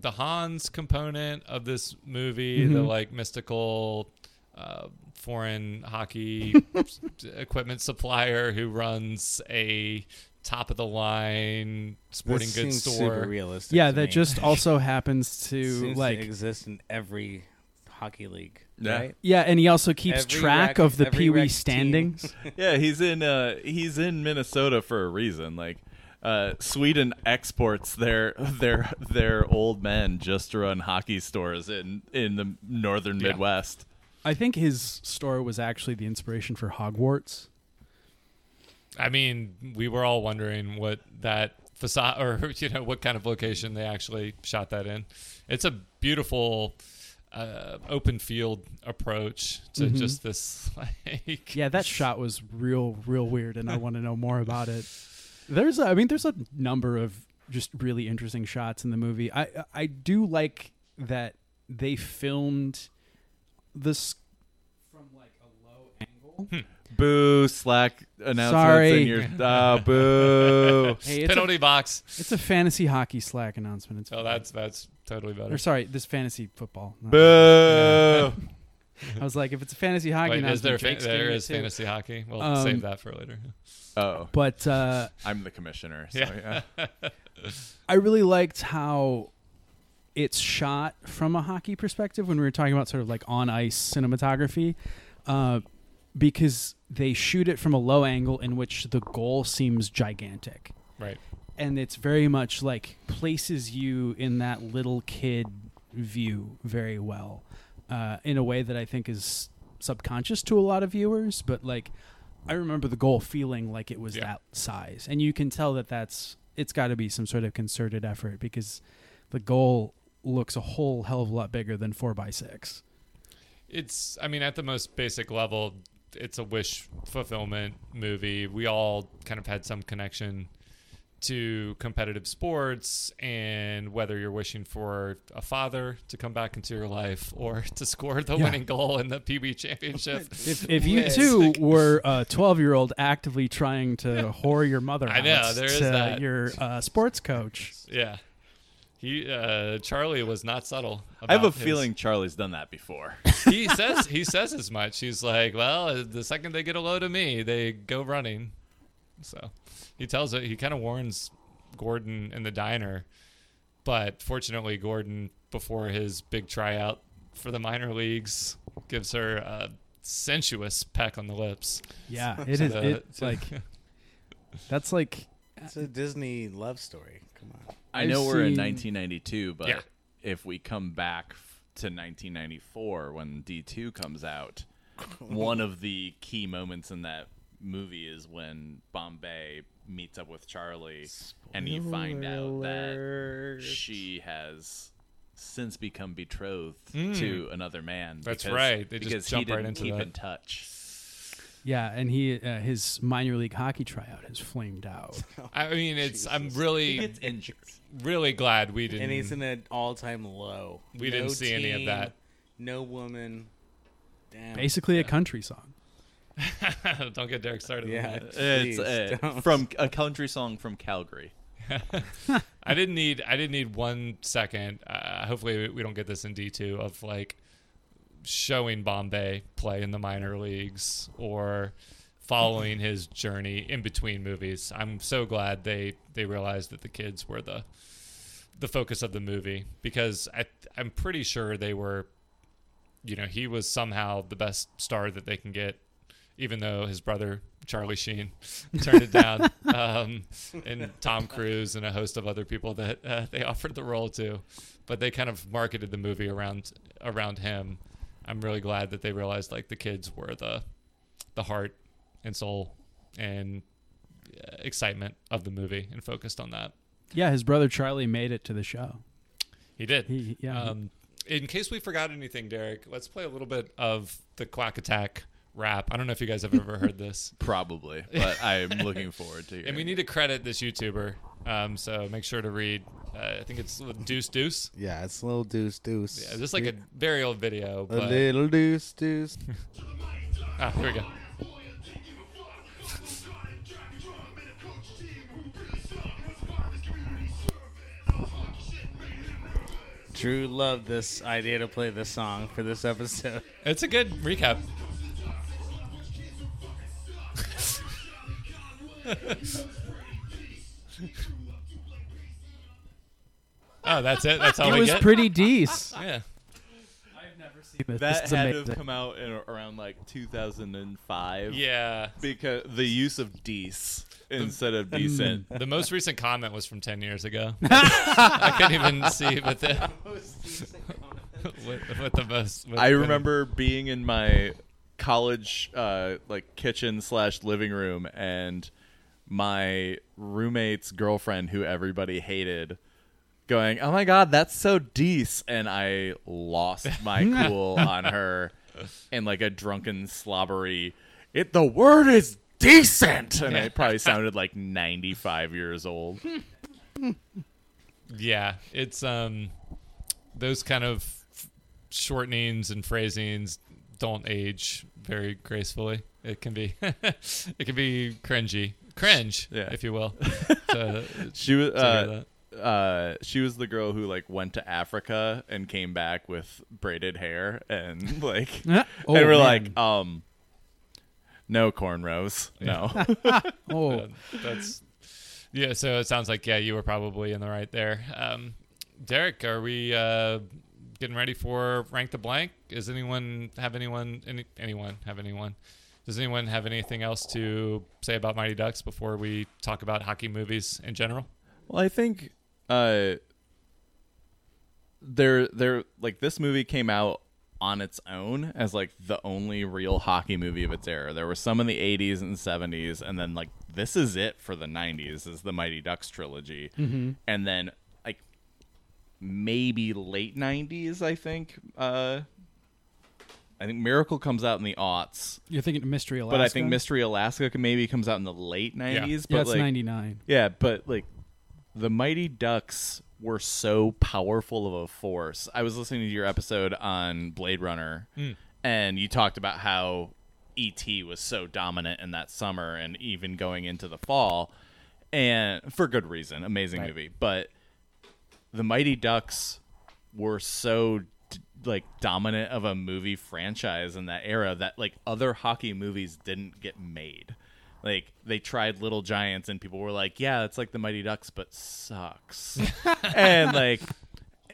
A: the Hans component of this movie, the like mystical uh, foreign hockey s- equipment supplier who runs a top of the line sporting
B: This
A: goods
B: seems super
A: store.
B: realistic.
C: yeah,
B: to
C: that
B: me.
C: just also happens
A: uh,
C: to
B: seems
C: like.
B: to exist in every hockey league,
D: Yeah.
B: right?
C: yeah, and he also keeps
B: Every
C: track
B: rec-
C: of the
B: every
C: Pee
B: rec
C: Wee
B: team.
C: standings.
D: yeah, he's in uh he's in Minnesota for a reason. Like uh, Sweden exports their their their old men just to run hockey stores in in the northern Midwest.
C: I think his store was actually the inspiration for Hogwarts.
A: I mean, we were all wondering what that facade or you know what kind of location they actually shot that in. It's a beautiful uh, open field approach to just this like
C: Mm-hmm. Yeah, that shot was real, real weird, and I want to know more about it. There's, a, I mean, there's a number of just really interesting shots in the movie. I, I do like that they filmed this from like a low angle.
D: Boo! Slack announcements
C: Sorry.
D: in your oh, boo.
C: Hey, it's a,
A: penalty box.
C: it's a fantasy hockey slack announcement. It's
A: Oh, that's that's totally better.
C: or sorry, this fantasy football. not-
D: Boo!
C: I was like, if it's a fantasy hockey
A: Wait, is
C: announcement,
A: there fa-
C: Jake's doing
A: there
C: it
A: is
C: too.
A: fantasy hockey? We'll
C: Um,
A: save that for later.
D: Oh,
C: But uh,
D: I'm the commissioner. So,
A: Yeah.
D: yeah.
C: I really liked how it's shot from a hockey perspective when we were talking about sort of like on ice cinematography, uh, because they shoot it from a low angle in which the goal seems gigantic.
A: Right.
C: And it's very much like places you in that little kid view very well uh, in a way that I think is subconscious to a lot of viewers, but like I remember the goal feeling like it was
A: Yeah.
C: that size, and you can tell that that's it's got to be some sort of concerted effort because the goal looks a whole hell of a lot bigger than four by six.
A: it's i mean at the most basic level it's a wish fulfillment movie we all kind of had some connection to competitive sports and whether you're wishing for a father to come back into your life or to score the
C: Yeah.
A: winning goal in the PB championship.
C: If, if you two were a 12 year old actively trying to whore your mother
A: I know,
C: out
A: there is
C: to
A: that.
C: your uh, sports coach,
A: yeah. He uh, Charlie was not subtle.
D: I have a
A: about his-
D: feeling Charlie's done that before.
A: he says he says as much. He's like, well, the second they get a load of me, they go running. So he tells it. He kind of warns Gordon in the diner, but fortunately, Gordon before his big tryout for the minor leagues gives her a sensuous peck on the lips.
C: yeah, it is.
A: the-
C: It's like that's like
B: It's a Disney love story. Come on.
D: I
C: I've
D: know we're in
C: seen-
D: 1992, but
A: Yeah.
D: if we come back f- to 1994 when D2 comes out, one of the key moments in that movie is when Bombay meets up with Charlie and you find out that she has since become betrothed to another man.
A: Hmm. That's
D: because-
A: right. They just
D: because
A: jump
D: he
A: right
D: didn't
A: into
D: keep
A: that.
D: in touch.
C: yeah, and he uh, his minor league hockey tryout has flamed out.
D: Oh,
A: I mean, it's I'm
D: He
A: really
D: gets injured.
A: really glad we didn't.
B: And he's in an all-time low.
A: Mm. We didn't see any of that.
B: No woman. Damn.
C: Basically, a country song.
A: don't get Derek started. on
B: Yeah.
A: that.
D: It's
B: please
D: uh,
B: don't.
D: from a country song from Calgary.
A: I didn't need I didn't need one second. Uh, hopefully we- we don't get this in D two of like showing Bombay play in the minor leagues or following his journey in between movies. I'm so glad they they realized that the kids were the the focus of the movie because I I'm pretty sure they were you know he was somehow the best star that they can get even though his brother Charlie Sheen turned it down, um, and Tom Cruise and a host of other people that uh, they offered the role to, but they kind of marketed the movie around around him. I'm really glad that they realized like the kids were the the heart and soul and uh, excitement of the movie and focused on that.
C: Yeah, his brother Charlie made it to the show.
A: He did.
C: He- yeah, he-
A: Um, in case we forgot anything, Derek, let's play a little bit of the Quack Attack rap. I don't know if you guys have ever heard this.
D: Probably, but I'm looking forward to it.
A: And we need to credit this YouTuber. Um, so make sure to read. Uh, I think it's Deuce Deuce.
B: Yeah, it's a little deuce deuce.
A: Yeah, just like a very old video.
B: a
A: But,
B: little deuce deuce.
A: ah, here we go.
B: Drew loved this idea to play this song for this episode.
A: It's a good recap. oh, that's it. That's all
C: it
A: we
C: was
A: get.
C: pretty decent.
A: yeah.
C: This
D: that
C: is
D: had to
C: amazing.
D: have come out in around like 2005.
A: Yeah.
D: because the use of "dece" instead of decent.
A: The most recent comment was from 10 years ago. I couldn't even see what the, what, what the most. what-
D: I remember being in my college uh, like kitchen slash living room, and my roommate's girlfriend, who everybody hated, going, "Oh my god, that's so dece," and I lost my cool on her in like a drunken slobbery. It the word is decent, and I probably sounded like ninety five years old.
A: Yeah, it's um, those kind of f- shortenings and phrasings don't age very gracefully. It can be, it can be cringy, cringe,
D: Yeah.
A: if you will. So,
D: She was
A: hear
D: uh, uh, she was the girl who like went to Africa and came back with braided hair and like
C: Yeah. Oh,
D: and we're
C: man.
D: like um no cornrows no uh,
C: oh,
A: that's yeah. So it sounds like yeah, you were probably in the right there. Um, Derek, are we uh, getting ready for rank the blank? Is anyone have anyone any, anyone have anyone? Does anyone have anything else to say about Mighty Ducks before we talk about hockey movies in general?
D: well I think uh they're they're like this movie came out on its own as like the only real hockey movie of its era there were some in the 80s and 70s and then like this is it for the 90s is the mighty ducks trilogy
C: Mm-hmm.
D: and then like maybe late 90s i think uh I think Miracle comes out in the aughts,
C: You're thinking of Mystery Alaska.
D: but I think Mystery Alaska can- maybe comes out in the late nineties.
C: Yeah,
D: But
C: it's
D: like,
C: 99.
D: yeah, but like the Mighty Ducks were so powerful of a force. I was listening to your episode on Blade Runner, and you talked about how ET was so dominant in that summer, and even going into the fall, and for good reason. Amazing movie, but the Mighty Ducks were so d- like dominant of a movie franchise in that era that like other hockey movies didn't get made. Like they tried Little Giants and people were like, "Yeah, it's like the Mighty Ducks but sucks." and like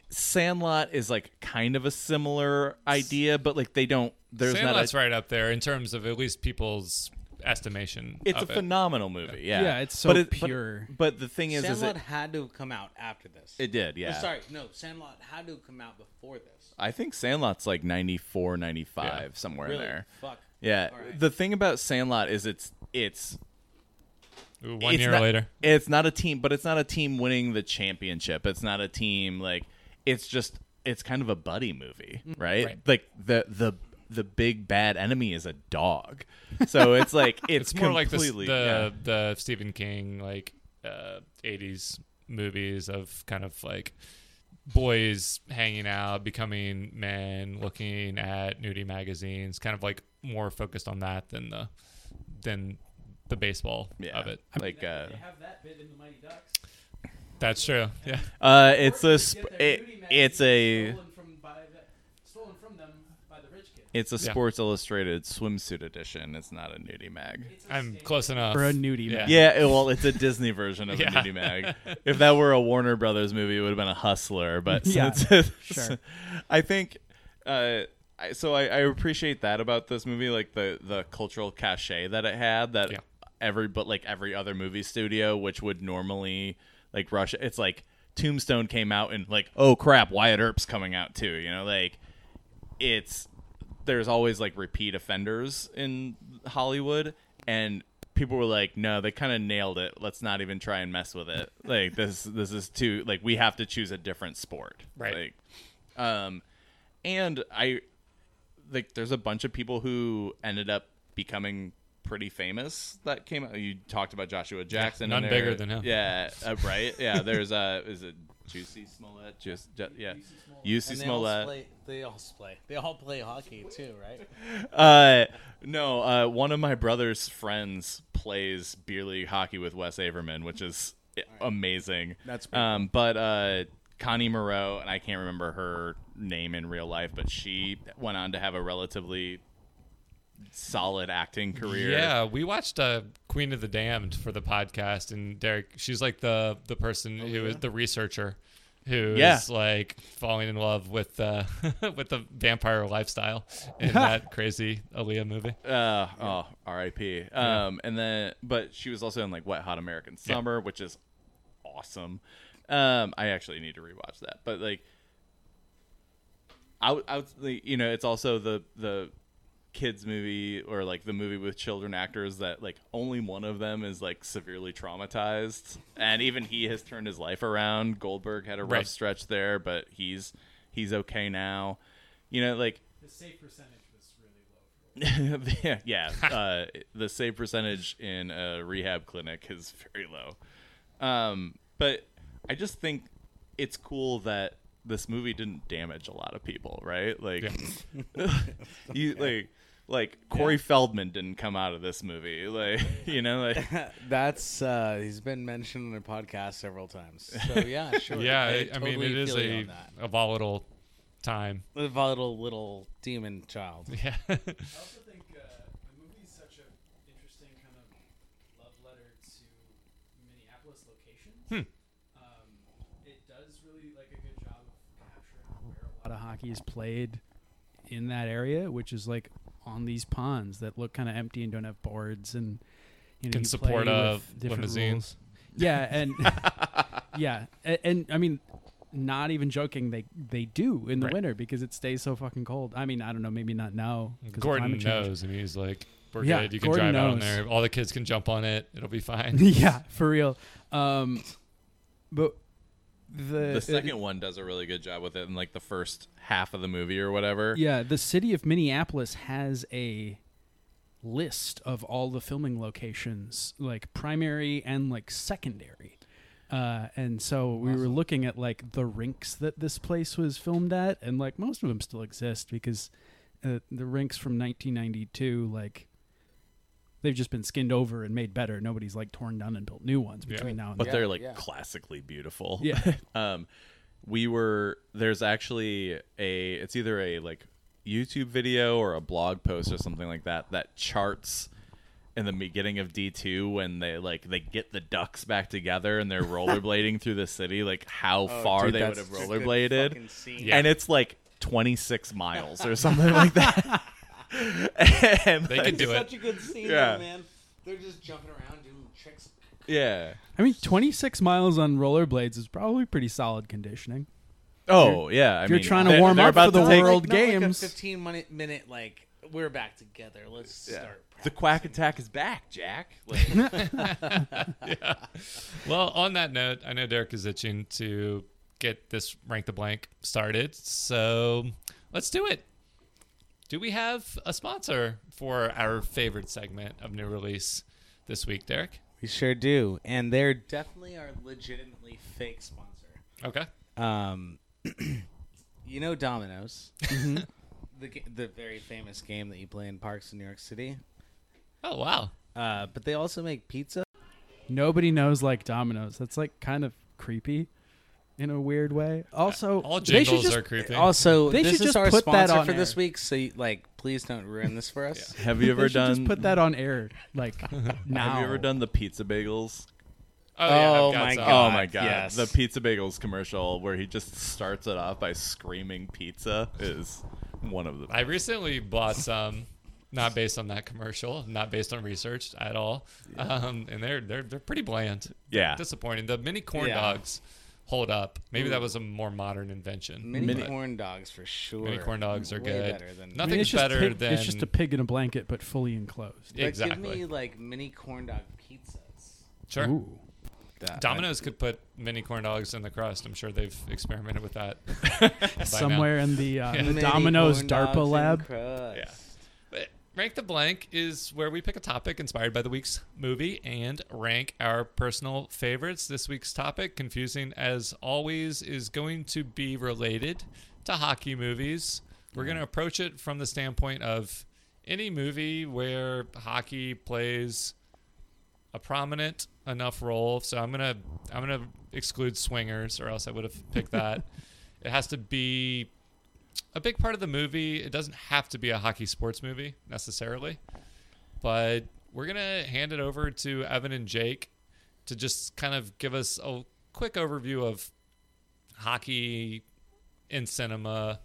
D: Sandlot is like kind of a similar idea, but like they don't there's
A: Sandlot's
D: not a,
A: right up there in terms of at least people's estimation.
D: it's a
A: of it.
D: phenomenal movie. Yeah.
C: Yeah, it's so
D: but it- but-
C: pure.
D: But, the thing is is
B: Sandlot
D: it,
B: had to have come out after this.
D: it did,
B: Oh,
D: yeah.
B: sorry, no, Sandlot had to have come out before this.
D: I think Sandlot's like 94, 95
A: Yeah.
D: somewhere
B: Really?
D: in there.
B: Fuck.
D: Yeah.
B: All right.
D: The thing about Sandlot is it's it's
A: Ooh, one
D: it's
A: year
D: not-
A: later.
D: It's not a team, but it's not a team winning the championship. It's not a team like it's just it's kind of a buddy movie, right?
A: Right.
D: Like the the the big bad enemy is a dog. So it's like it's,
A: It's more like the,
D: completely
A: the,
D: yeah.
A: the Stephen King like uh, 80s movies of kind of like boys hanging out, becoming men, looking at nudie magazines, kind of like more focused on that than the than the baseball
D: yeah.
A: of it.
D: Like uh,
C: have that bit in the Mighty Ducks.
A: That's true. Yeah.
D: uh it's a sp- it, it's a
C: from, by stolen from them by the rich kid.
D: it's a
A: Yeah.
D: Sports Illustrated swimsuit edition. It's not a nudie mag.
A: I'm close enough.
C: For a nudie
A: Yeah.
C: mag.
D: Yeah, it- well, it's a Disney version of
A: Yeah.
D: a nudie mag. If that were a Warner Brothers movie, it would have been a Hustler. But
C: Yeah,
D: since-
C: sure.
D: I think. Uh, I, so I, I appreciate that about this movie, like the the cultural cachet that it had. That
A: Yeah.
D: every but like every other movie studio, which would normally like rush, it's like Tombstone came out and like, oh crap, Wyatt Earp's coming out too. You know, like it's there's always like repeat offenders in Hollywood and people were like no they kind of nailed it let's not even try and mess with it like this this is too like we have to choose a different sport
A: Right.
D: like um and i like there's a bunch of people who ended up becoming pretty famous that came out you talked about Joshua Jackson
A: none
D: in there.
A: bigger than him.
D: yeah uh, right yeah there's uh is it Juicy Smollett just ju- yeah Juicy
B: And they all,
D: Smollett
B: play, they all play. They all play hockey too, right?
D: uh, no, uh, one of my brother's friends plays beer league hockey with Wes Averman, which is amazing.
B: That's pretty
D: um, but uh, Connie Moreau, and I can't remember her name in real life, but she went on to have a relatively solid acting career.
A: Yeah, we watched uh, Queen of the Damned for the podcast, and Derek, she's like the the person
B: Oh,
A: who is the researcher who is
D: Yeah.
A: like falling in love with uh, with the vampire lifestyle in that crazy Aaliyah movie.
D: Uh, oh, R.I.P. Um, and then, but she was also in like Wet Hot American Summer, which is awesome. Um, I actually need to rewatch that, but like, out, out, the, you know, it's also the the kids movie or like the movie with children actors that like only one of them is like severely traumatized, and even he has turned his life around. Goldberg had a rough
A: Right.
D: stretch there, but he's he's okay now. You know, like
C: The save percentage was really low.
D: yeah, yeah. uh, the save percentage in a rehab clinic is very low. Um, but I just think it's cool that this movie didn't damage a lot of people, right? Like, you like like Corey Feldman didn't come out of this movie, like you know, like
B: That's uh, he's been mentioned on the podcast several times. So yeah, sure.
A: Yeah,
B: I
A: I, I mean
B: totally
A: it is
B: feel you
A: a,
B: on that.
A: a volatile time.
B: The volatile little demon child.
A: Yeah,
C: I also think uh, the movie is such an interesting kind of love letter to Minneapolis locations.
A: Hmm.
C: Um, it does really like a good job of capturing where a lot of hockey is played in that area, which is like on these ponds that look kind of empty and don't have boards and you know,
A: Can
C: you
A: support
C: play
A: a
C: with different
A: limousine.
C: rules. Yeah, and yeah, and, and I mean, not even joking, they they do in the
A: Right.
C: winter because it stays so fucking cold. I mean, I don't know, maybe not now because
A: Gordon
C: climate change.
A: knows. I mean, he's like, "We're
C: Yeah,
A: good. You can
C: Gordon
A: drive out on
C: knows.
A: there. All the kids can jump on it. It'll be fine."
C: yeah, for real. Um, but the,
D: the second one does a really good job with it in like the first half of the movie or whatever.
C: yeah, the city of Minneapolis has a list of all the filming locations, like primary and like secondary. Uh, and so we were looking at like the rinks that this place was filmed at, and like most of them still exist because uh, the rinks from 1992, like they've just been skinned over and made better. Nobody's like torn down and built new ones between now and
D: but
C: then.
D: they're like
B: yeah.
D: classically beautiful.
C: Yeah.
D: um, we were there's actually a it's either a like YouTube video or a blog post or something like that that charts in the beginning of D two when they like they get the ducks back together and they're rollerblading through the city like how far
B: Oh, dude,
D: they would
B: that's
D: have
B: such a good fucking
D: rollerbladed
B: scene.
A: Yeah.
D: and it's like 26 miles or something like that. and
A: They can
D: like,
A: do it.
B: Such a good scene,
D: Yeah.
B: though, man. They're just jumping around doing tricks.
D: Yeah.
C: I mean, 26 miles on rollerblades is probably pretty solid conditioning.
D: Oh yeah. I
C: if you're
D: mean,
C: trying to
D: they're-
C: warm
D: they're
C: up
D: about
C: for the
D: to take-
C: world
B: Not like a
C: games.
B: 15 minute, minute, like, we're back together. Let's start.
D: The quack attack is back, Jack.
A: Well, on that note, I know Derek is itching to get this rank the blank started, so let's do it. Do we have a sponsor for our favorite segment of new release this week, Derek?
B: We sure do. And they're definitely our legitimately fake sponsor.
A: Okay.
B: Um, Mm-hmm. you know Domino's, the ga- the very famous game that you play in parks in New York City.
A: Oh wow.
B: Uh, but they also make pizza.
C: Nobody knows like Domino's. That's like kind of creepy in a weird way. Also,
A: All
C: they should
A: jingles
C: just,
A: are creepy.
B: Also,
C: They
B: this
C: should
B: is
C: just
B: our
C: put that
B: sponsor
C: on
B: for this
C: air.
B: week. So, you, like, please don't ruin this for us.
D: Have you
C: they
D: ever
C: should
D: done?
C: just put that on air like now.
D: Have you ever done the pizza bagels?
A: oh, yeah, I've
B: oh
A: got
B: my
A: some.
B: God.
D: oh my god,
B: yes.
D: the pizza bagels commercial where he just starts it off by screaming "pizza" is one of the.
A: I recently bought some, not based on that commercial, not based on research at all, um, and they're they're they're pretty bland.
D: Yeah.
A: disappointing. The mini corn
B: Yeah.
A: dogs hold up. Maybe that was a more modern invention.
B: Mini,
A: but
B: corn dogs for sure.
A: mini corn dogs are
B: Way
A: good.
B: Better than
C: I
A: Nothing
C: mean, it's,
A: is
C: just
A: better
C: pig-
A: than
C: it's just a pig in a blanket, but fully enclosed.
B: But
A: exactly.
B: give me like mini corn dog pizzas.
A: sure.
C: Ooh.
B: That-
A: Domino's could put mini corn dogs in the crust. I'm sure they've experimented with that by now.
C: Somewhere in the, uh, the
B: Mini
C: Domino's
B: corn dogs
C: DARPA
B: and
C: lab.
B: crust.
A: Yeah. But rank the blank is where we pick a topic inspired by the week's movie and rank our personal favorites. This week's topic, confusing as always, is going to be related to hockey movies. We're going to approach it from the standpoint of any movie where hockey plays a prominent enough role. So I'm gonna I'm gonna exclude swingers, or else I would have picked that. it has to be a big part of the movie. It doesn't have to be a hockey sports movie necessarily, but we're gonna hand it over to Evan and Jake to just kind of give us a quick overview of hockey in cinema,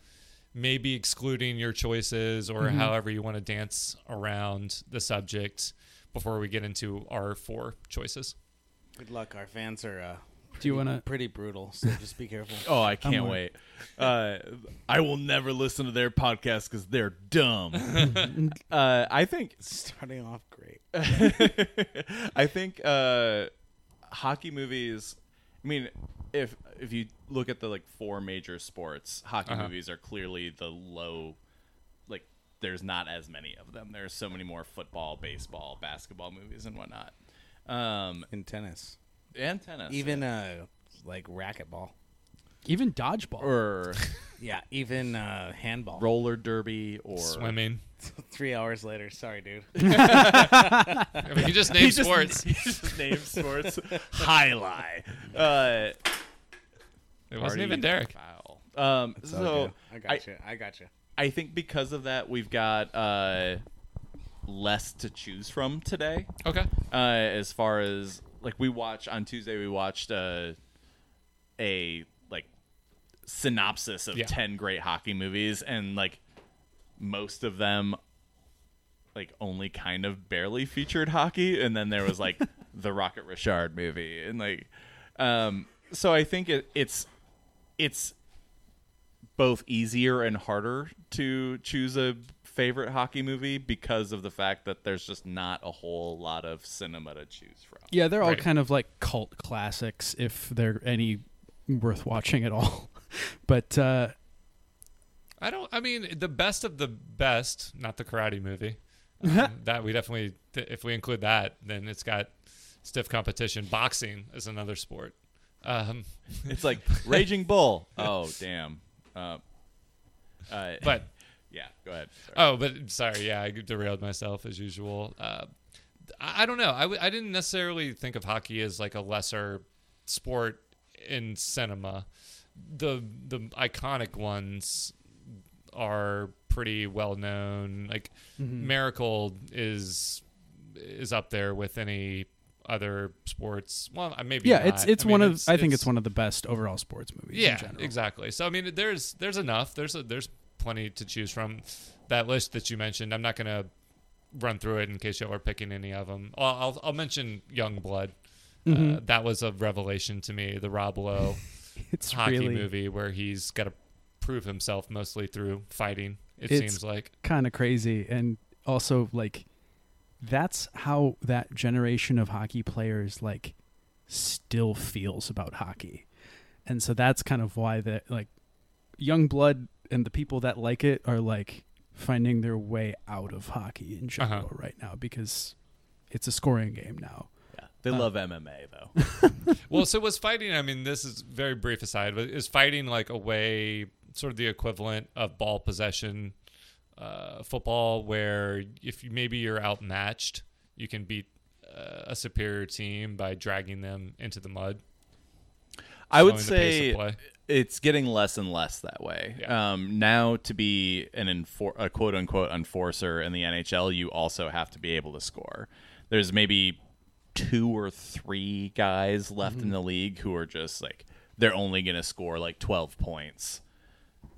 A: maybe excluding your choices or however you want to dance around the subject before we get into our four choices.
B: Good luck. Our fans are uh,
C: Do you want to?
B: pretty brutal, so just be careful.
D: Oh, I can't
C: I'm
D: wait. Uh, I will never listen to their podcast because they're dumb. uh, I think
B: Starting off great.
D: I think uh, hockey movies. I mean, if if you look at the like four major sports, hockey
B: Uh-huh.
D: movies are clearly the low. Like, there's not as many of them. There's so many more football, baseball, basketball movies, and whatnot. Um,
B: In tennis,
D: and tennis,
B: even uh, like racquetball.
C: Even dodgeball.
D: or
B: Yeah, even uh, handball.
D: roller derby, or
A: Swimming.
B: Three hours later. Sorry, dude.
A: I mean, you just name sports.
D: He just named sports. High lie. Uh,
A: it wasn't even Derek.
D: Foul. Um, so
B: I got you. I got you.
D: I think because of that, we've got uh, less to choose from today.
A: Okay.
D: Uh, as far as like we watch on Tuesday, we watched uh, a like synopsis of
A: Yeah.
D: ten great hockey movies, and like most of them like only kind of barely featured hockey, and then there was like the Rocket Richard movie, and like um, so I think it, it's it's both easier and harder to choose a favorite hockey movie because of the fact that there's just not a whole lot of cinema to choose from.
C: Yeah, they're all
A: Right.
C: kind of like cult classics if they're any worth watching at all. But uh,
A: I don't. I mean, the best of the best, not the Karate movie. Um, that we definitely, if we include that, then it's got stiff competition. Boxing is another sport. Um,
D: It's like Raging Bull. Oh damn. Uh, uh,
A: but
D: yeah, go ahead. Sorry.
A: oh, but sorry, yeah, I derailed myself as usual. Uh, I, I don't know. I w- I didn't necessarily think of hockey as like a lesser sport in cinema. The the iconic ones are pretty well known. Like
C: Mm-hmm.
A: Miracle is is up there with any other sports. Well, uh, maybe
C: yeah,
A: not.
C: it's it's
A: I mean,
C: one of I think it's, one of the best overall sports movies. in
A: yeah
C: general.
A: exactly. So I mean, there's there's enough. There's a, there's plenty to choose from. That list that you mentioned, I'm not gonna run through it in case y'all are picking any of them. I'll I'll, I'll mention Young Blood. Uh,
C: Mm-hmm.
A: that was a revelation to me. The Rob Lowe
C: It's
A: hockey
C: really
A: movie where he's got to prove himself mostly through fighting. It
C: It's-
A: seems like
C: kind of crazy, and also like that's how that generation of hockey players like still feels about hockey, and so that's kind of why that like young blood and the people that like it are like finding their way out of hockey in
A: Uh-huh.
C: general right now because it's a scoring game now.
D: Yeah. They love MMA though.
A: Well, so was fighting. I mean, this is very brief aside, but is fighting like a way, sort of the equivalent of ball possession uh, football, where if you, maybe you're outmatched, you can beat uh, a superior team by dragging them into the mud.
D: I would
A: slowing the pace of
D: say
A: play.
D: it's getting less and less that way.
A: Yeah.
D: Um, now to be an enfor- a quote unquote enforcer in the NHL, you also have to be able to score. There's maybe two or three guys left
A: Mm-hmm.
D: in the league who are just like they're only going to score like 12 points.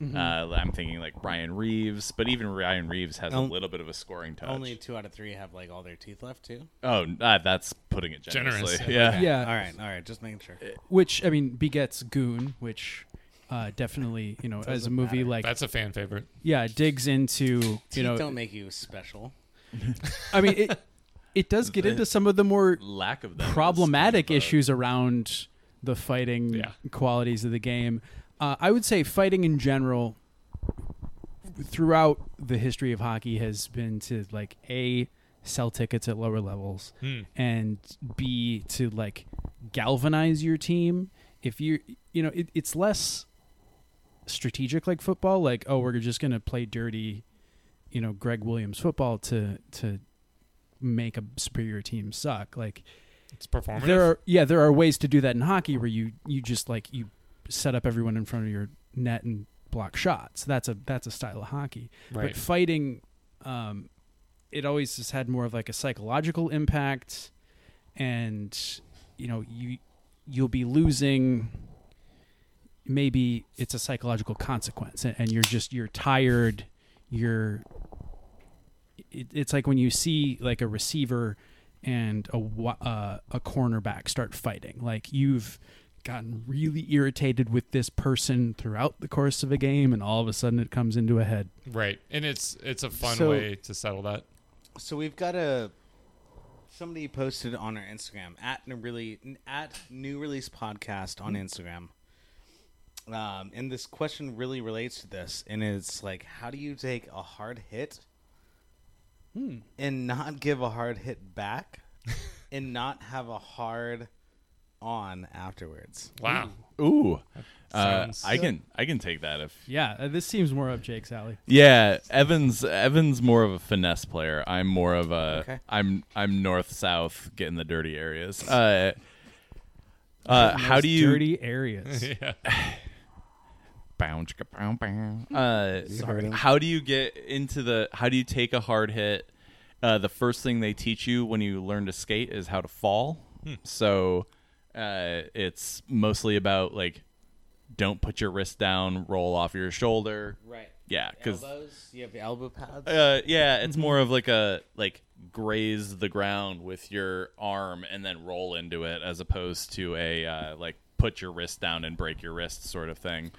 A: Mm-hmm.
D: Uh, I'm thinking like Ryan Reeves, but even Ryan Reeves has
B: Um,
D: a little bit of a scoring touch.
B: Only two out of three have like all their teeth left too.
D: oh, uh, that's putting it generously.
A: Generous,
D: Yeah.
C: Yeah,
B: All right, all right. Just making sure.
C: which I mean begets Goon, which uh, definitely you know as a movie like
A: That's a fan favorite.
C: yeah digs into you
B: Teeth
C: know
B: don't make you special.
C: I mean it it does get into some of the more
D: Lack of that is
C: problematic
D: kind of uh, a-
C: issues around the fighting
A: Yeah.
C: qualities of the game. Uh, I would say fighting in general throughout the history of hockey has been to like a sell tickets at lower levels and b to like galvanize your team if you you know it, it's less strategic like football like oh we're just going to play dirty you know Greg Williams football to to make a superior team suck like
A: It's performative.
C: there are yeah there are ways to do that in hockey where you you just like you set up everyone in front of your net and block shots that's a that's a style of hockey
A: Right.
C: but fighting um it always has had more of like a psychological impact and you know you you'll be losing maybe it's a psychological consequence and, and you're just you're tired you're it, it's like when you see like a receiver and a wi- uh, a cornerback start fighting like you've gotten really irritated with this person throughout the course of a game and all of a sudden it comes into a head
A: right, and it's it's a fun
B: So-
A: way to settle that.
B: So we've got a somebody posted on our Instagram at new really at new release podcast
D: Mm-hmm.
B: on Instagram. Um, and this question really relates to this, and it's like, how do you take a hard hit
D: Hmm.
B: and not give a hard hit back, and not have a hard on afterwards?
A: Wow.
D: Ooh. Uh,
A: sounds-
D: I can I can take that if
C: yeah uh, this seems more up jake's alley
D: Yeah, Evans Evans more of a finesse player. I'm more of a
B: Okay.
D: am I'm north south getting the dirty areas. Uh, uh, how
C: Those
D: do you
C: dirty areas
D: Bow, chicka, bow, bow. Uh,
B: Sorry.
D: How do you get into the? How do you take a hard hit? Uh, the first thing they teach you when you learn to skate is how to fall. So uh, it's mostly about like, don't put your wrist down, roll off your shoulder.
B: Right.
D: Yeah, because
B: Elbows. You have elbow pads.
D: uh, yeah, it's more of like a like graze the ground with your arm and then roll into it, as opposed to a uh, like put your wrist down and break your wrist sort of thing.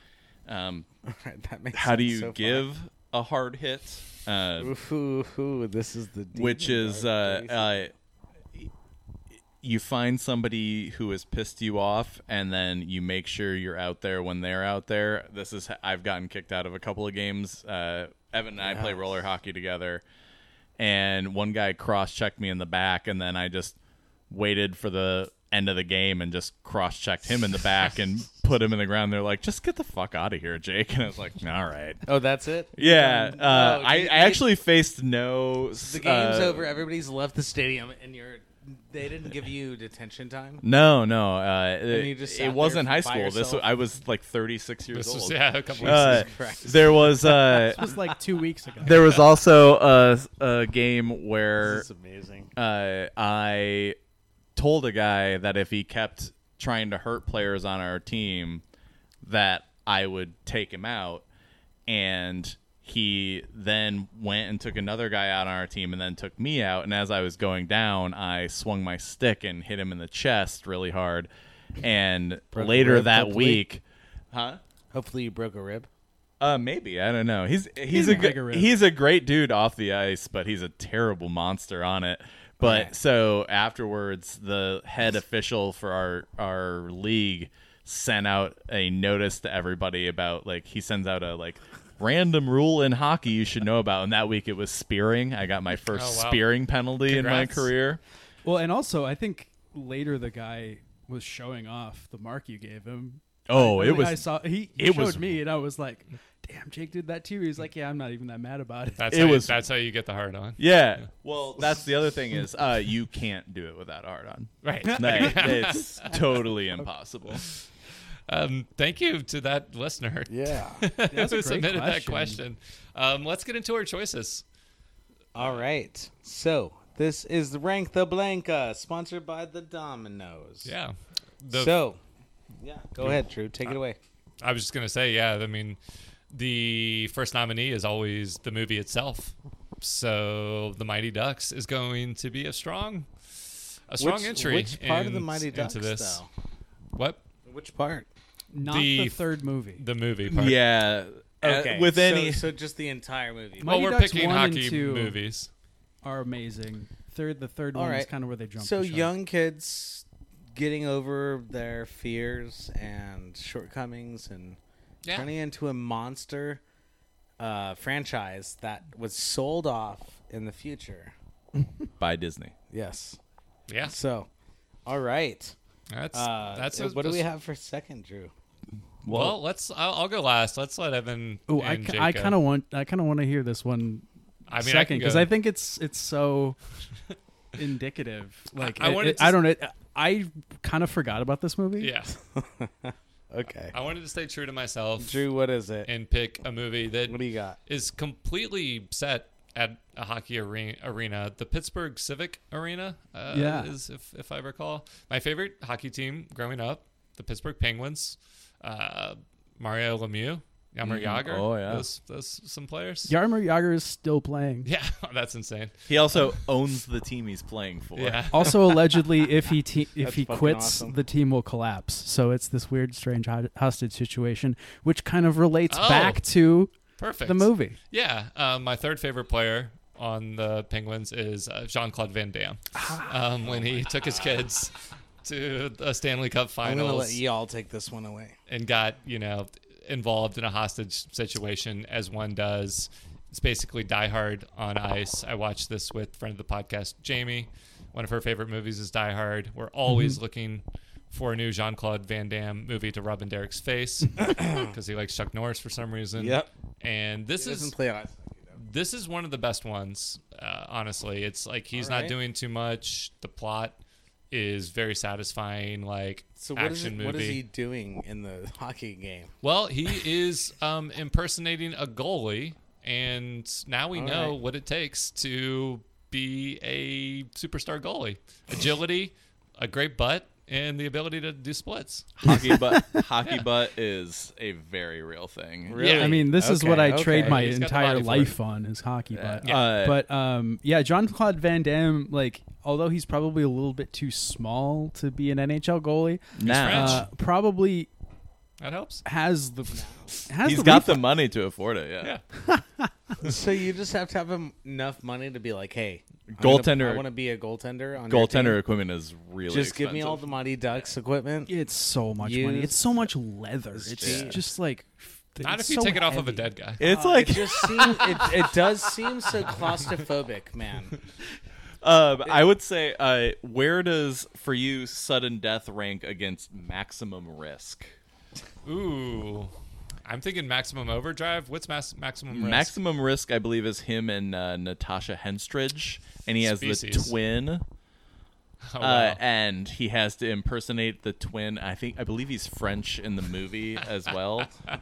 D: Um,
B: Right, that makes
D: how do
B: sense
D: you
B: so far.
D: give a hard hit? Uh,
B: Ooh, ooh, ooh, this is the deep
D: which
B: and
D: is
B: dark
D: uh,
B: place.
D: uh, you find somebody who has pissed you off and then you make sure you're out there when they're out there this is i've gotten kicked out of a couple of games uh, evan and i play roller hockey together and one guy cross-checked me in the back and then i just waited for the end of the game and just cross-checked him in the back and put him in the ground they're like just get the fuck out of here jake and i was like all right
B: Oh, that's it.
D: yeah uh,
B: Oh,
D: I, I
B: you-
D: actually faced no
B: The game's
D: uh,
B: over. Everybody's left the stadium, and you're. They didn't give you detention time.
D: No, no. Uh, it
B: you just sat
D: it
B: there
D: wasn't high
B: by
D: school. This
B: yourself?
D: I was like 36 years
A: This
D: old.
A: was yeah, a couple weeks.
D: Uh,
B: Christ.
D: there was uh,
C: It was like two weeks ago.
D: there was also a, a game where
B: amazing.
D: uh, I told a guy that if he kept trying to hurt players on our team, that I would take him out. And he then went and took another guy out on our team and then took me out. And as I was going down, I swung my stick and hit him in the chest really hard. And
B: Broke a
D: later
B: rib
D: that
B: hopefully.
D: week, huh?
B: Hopefully, you broke a rib.
D: Uh, maybe I don't know. He's he's
C: didn't
D: a
C: break a
D: good,
C: rib.
D: he's a great dude off the ice, but he's a terrible monster on it. But so afterwards, the head official for our our league sent out a notice to everybody about like he sends out a like random rule in hockey you should know about. And that week it was spearing. I got my first
A: Oh, wow.
D: spearing penalty in my
A: Congrats.
D: career.
C: Well, and also I think later the guy was showing off the mark you gave him.
D: Oh,
C: I
D: it
C: think
D: was
C: I saw he, he
D: it
C: showed
D: was-
C: me, and I was like, "Damn, Jake did that to you." He's like, "Yeah, I'm not even that mad about it."
A: That's
D: It
A: how you-
D: was-
A: that's how you get the hard on.
D: yeah. Well, that's the other thing is uh, you can't do it without a hard on.
A: Right.
D: Like, it's totally impossible.
A: Um, thank you to that listener.
G: Yeah.
C: That's a
A: who
C: great
A: submitted that
C: question.
A: question. Um, let's get into our choices.
B: All right. So this is the Rank the Blanca, sponsored by the Dominoes.
A: Yeah. The,
B: so, yeah, go ahead, Drew. Take
A: Uh,
B: it away.
A: I was just gonna say, yeah. I mean, the first nominee is always the movie itself. So the Mighty Ducks is going to be a strong, a strong
B: which,
A: entry.
B: Which part of the
A: in-
B: Mighty Ducks,
A: into this.
B: though?
A: What
B: Which part?
C: Not
A: The-
C: the, third movie.
A: the movie part?
D: Yeah. uh, with
B: so-
D: any
B: so just the entire movie.
C: My-
A: Well,
C: Mighty
A: we're
C: Ducks
A: picking
C: one and
A: hockey
C: two.
A: movies.
C: Are amazing. Third, the third
B: All
C: one is
B: right.
C: kind of where they jump.
B: so
C: the shark.
B: young kids getting over their fears and shortcomings and
A: Yeah.
B: turning into a monster uh, franchise that was sold off in the future.
D: by Disney.
B: Yes.
A: Yeah,
B: So, all right.
A: that's
B: Uh,
A: that's.
B: uh,
A: A,
B: what do we
A: that's-
B: have for second, Drew?
A: Well, let's. I'll, I'll go last. Let's let Evan.
C: Ooh, I,
A: and
C: ki- I
A: Jake go.
C: kind of want I kind of want to hear this one
A: I mean, I
C: second
A: can
C: because
A: go.
C: I think it's it's so indicative. Like
A: I
C: I,
A: wanted to
C: I
A: s-
C: don't know. I kind of forgot about this movie.
A: Yeah,
B: Okay.
A: I wanted to stay true to myself
B: Drew, what is it?
A: and pick a movie that
B: What do you got?
A: is completely set at a hockey arena, arena the Pittsburgh Civic Arena. Uh,
C: Yeah.
A: is if if I recall, my favorite hockey team growing up, the Pittsburgh Penguins. Uh, Mario Lemieux, Yammer Yager.
D: Oh, yeah.
A: those, those some players.
C: Yarmer Yager is still playing.
A: Yeah, that's insane.
D: He also owns the team he's playing for.
A: Yeah,
C: Also, allegedly, if he te- if
B: That's
C: he
B: fucking
C: quits,
B: awesome.
C: the team will collapse. So it's this weird, strange ho- hostage situation, which kind of relates
A: Oh.
C: back to
A: perfect.
C: the movie.
A: Yeah, um, my third favorite player on the Penguins is uh, Jean Claude Van Damme.
B: Ah.
A: Um, when he took his kids to the Stanley Cup
B: I'm going to
A: Finals
B: let y'all take this one away.
A: and got you know involved in a hostage situation as one does. It's basically Die Hard on ice. I watched this with friend of the podcast Jamie. One of her favorite movies is Die Hard. We're
B: Mm-hmm.
A: always looking for a new Jean Claude Van Damme movie to rub in Derek's face because he likes Chuck Norris for some reason.
B: Yep.
A: And this
B: He
A: is
B: doesn't play on.
A: this is one of the best ones uh, honestly it's like he's
B: All
A: not
B: right.
A: doing too much the plot is very satisfying like
B: So what is,
A: action
B: it,
A: movie
B: what is he doing in the hockey game?
A: well he is um, impersonating a goalie and now we know
B: right.
A: what it takes to be a superstar goalie agility a great butt and the ability to do splits
D: Hockey butt hockey butt is a very real thing.
A: Really? Yeah.
C: I mean, this is
B: Okay,
C: what I
B: okay.
C: trade my
A: He's got the
C: entire
A: body for
C: life on is hockey. But,
D: Yeah. Uh,
C: but um, yeah, John Claude Van Damme, like, although he's probably a little bit too small to be an NHL goalie,
D: Now
C: uh, probably
A: that helps
C: has the has
D: he's
C: the
D: got
C: reflex-
D: the money to afford it, yeah.
A: Yeah.
B: so you just have to have em- enough money to be like, hey, I'm gonna-
D: Goaltender-
B: I want to be a goaltender. On your
D: Goaltender
B: team.
D: equipment is really
B: Just give me all the
D: expensive.
B: Mighty Ducks equipment.
C: It's so much money.
B: Used.
C: It's so much leather. It's
B: Yeah.
C: just like
A: Not
C: it's
A: if you
C: so
A: take it off of a
C: heavy.
A: dead guy.
D: It's
B: It
D: like
B: just seems it, it does seem so claustrophobic, man.
D: um, I would say, uh, where does for you sudden death rank against maximum risk?
A: Ooh. I'm thinking maximum overdrive. What's max- maximum risk?
D: Maximum risk, I believe, is him and uh, Natasha Henstridge, and he has
A: Species.
D: the twin.
A: Oh,
D: Uh,
A: wow.
D: and he has to impersonate the twin. I think I believe he's French in the movie as well. Uh,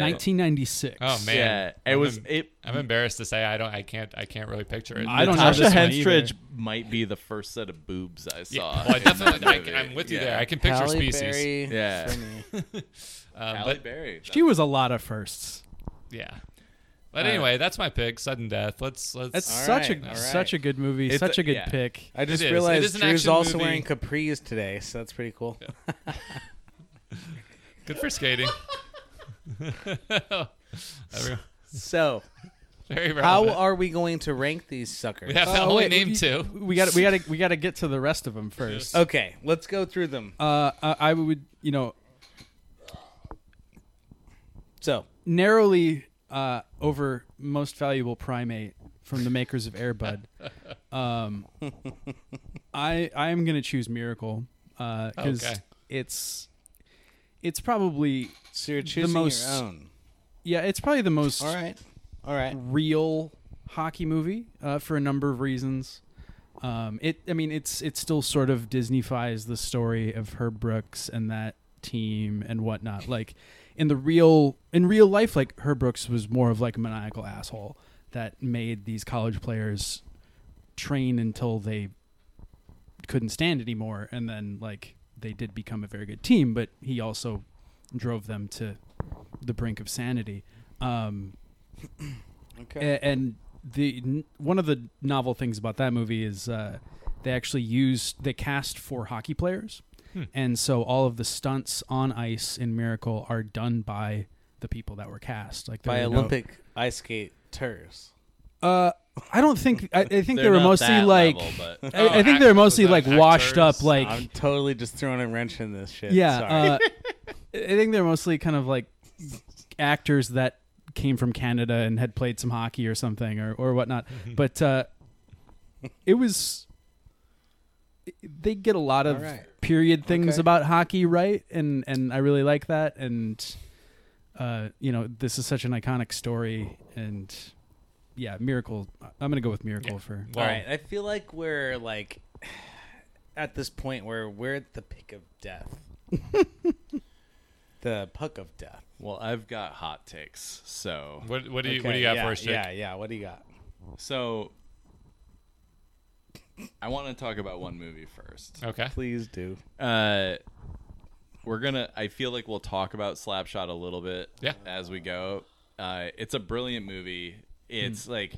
C: 1996.
A: Oh man,
D: yeah, it
A: I'm
D: was-
A: em-
D: it-
A: I'm embarrassed to say I don't. I can't. I can't really picture it.
C: I don't know
D: Natasha
C: this one either.
D: Henstridge might be the first set of boobs I saw.
A: Yeah, well, I
D: in that
A: definitely.
D: movie.
A: I, I'm with you
D: Yeah.
A: there. I can picture
B: Halle
A: species.
B: Berry
D: Yeah.
B: for me.
A: Um,
D: Halle
A: but
D: Berry.
C: She was a lot of firsts.
A: yeah. But anyway, that's my pick. Sudden death. Let's let's.
C: That's
B: All
C: such
B: right,
C: a
B: all right.
C: such a good movie.
D: It's
C: such
D: a-
C: a good
D: yeah.
C: pick.
B: I just
A: is. It is
B: realized
A: an
B: Drew's
A: action
B: also
A: movie.
B: wearing capris today, so that's pretty cool.
A: good for skating. Everyone-
B: So,
A: Very
B: how
A: relevant.
B: are we going to rank these suckers?
A: we have to
C: Oh,
A: only
C: wait,
A: name
C: we-
A: two.
C: We got we got to we got to get to the rest of them first.
B: Okay, let's go through them.
C: Uh, I, I would you know
B: So,
C: narrowly uh, over most valuable primate from the makers of Airbud. Um, I I am gonna choose Miracle because
A: Okay.
C: it's it's probably
B: so you're choosing
C: most-
B: your own.
C: yeah it's probably the most
B: All right, all right.
C: real hockey movie uh, for a number of reasons. Um, it, I mean, it's it still sort of Disneyfies the story of Herb Brooks and that team and whatnot. Like in the real in real life, like Herb Brooks was more of like a maniacal asshole that made these college players train until they couldn't stand anymore, and then like they did become a very good team, but he also drove them to the brink of sanity. Um,
B: Okay.
C: a- and the n- one of the novel things about that movie is uh, they actually used they cast four hockey players,
D: Hmm.
C: and so all of the stunts on ice in Miracle are done by the people that were cast, like there
B: By
C: were no-
B: Olympic ice skaters.
C: uh, I don't think I, I think they
D: They're
C: were
D: not
C: mostly
D: that
C: like
D: level, but-
C: I, I
A: Oh,
C: think they
A: act-
C: were mostly
A: was
C: like
A: that
C: washed up
A: actors?
C: like
B: I'm totally just throwing a wrench in this shit.
C: yeah.
B: Sorry.
C: Uh, I think they're mostly kind of like actors that came from Canada and had played some hockey or something or, or whatnot. But uh, it was. They get a lot of
B: All right.
C: period things
B: Okay.
C: about hockey right, and and I really like that. And uh, you know, this is such an iconic story, and yeah, miracle. I'm gonna go with miracle for.
A: Well,
B: All right, I feel like we're like at this point where we're at the pick of death. the puck of death.
D: Well, I've got hot takes. So,
A: What what do you what
B: Okay,
A: do you got
B: yeah,
A: for us, Jake?
B: Yeah, yeah, what do you got?
D: so I want to talk about one movie first.
A: Okay.
B: Please do.
D: Uh, we're gonna. I feel like we'll talk about Slapshot a little bit.
A: Yeah.
D: As we go, uh, it's a brilliant movie. It's like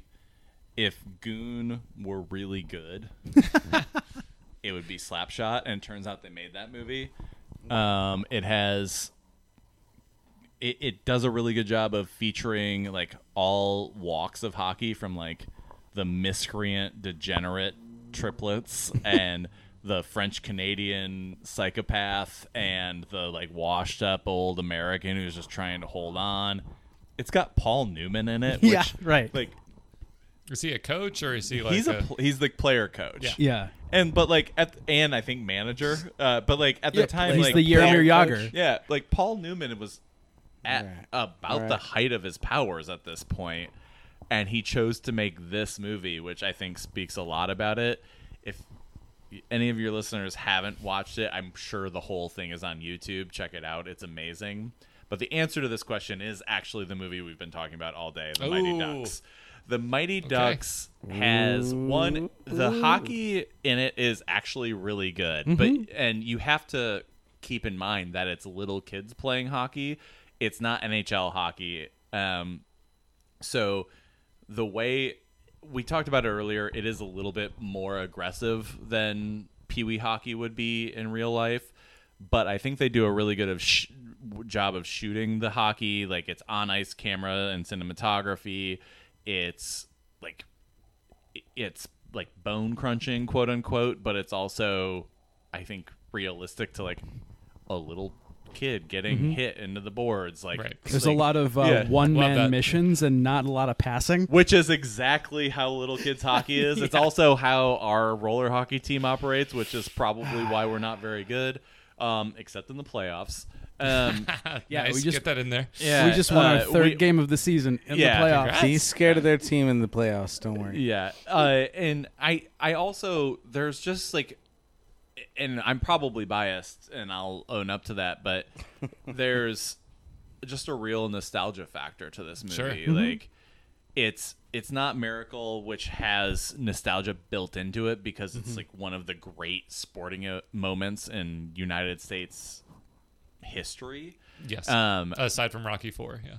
D: if Goon were really good, it would be Slapshot, and it turns out they made that movie. Um, it has. It, it does a really good job of featuring like all walks of hockey from like the miscreant degenerate triplets and the French Canadian psychopath and the like washed up old American who's just trying to hold on. It's got Paul Newman in it, which
C: Yeah, right.
D: like
A: Is he a coach or is he like
D: he's
A: a?
D: a, pl- he's the player coach.
A: Yeah.
C: yeah,
D: And but like at and I think manager, uh, but like at the time
C: he's
D: like
C: the
D: Paul-
C: Yarmir Yager.
D: yeah, like Paul Newman was at
B: Right.
D: about the height of his powers at this point, and he chose to make this movie, which I think speaks a lot about it. If any of your listeners haven't watched it, I'm sure the whole thing is on YouTube. Check it out; it's amazing. But the answer to this question is actually the movie we've been talking about all day, The Mighty
A: Ooh.
D: Ducks. The Mighty Ducks has one. The hockey in it is actually really good, but and you have to keep in mind that it's little kids playing hockey. It's not NHL hockey. Um, so the way we talked about it earlier, it is a little bit more aggressive than Pee Wee hockey would be in real life. But I think they do a really good of sh- w- job of shooting the hockey. Like it's on ice camera and cinematography. It's like i- it's like bone crunching, quote unquote, but it's also I think realistic to like a little kid getting hit into the boards. Like
A: Right.
C: Mm-hmm. There's a lot of uh,
D: Yeah,
C: one
A: that.
C: man missions and not a lot of passing.
D: which is exactly how little kids hockey is. It's also how our roller hockey team operates, which is probably why we're not very good, um, except in the playoffs. Um,
A: yeah,
C: we just-
A: get that in there.
D: yeah,
C: we just won our
D: uh,
C: third
D: we-
C: game of the season in
D: Yeah,
C: the playoffs.
D: congrats.
B: Be scared of their team in the playoffs. Don't worry.
D: Yeah, uh, and I, I also there's just like, and I'm probably biased, and I'll own up to that, but there's just a real nostalgia factor to this movie.
A: Sure.
D: Like, it's it's not Miracle, which has nostalgia built into it because it's like one of the great sporting uh, moments in United States history.
A: Yes.
D: Um,
A: Aside from Rocky Four, yeah.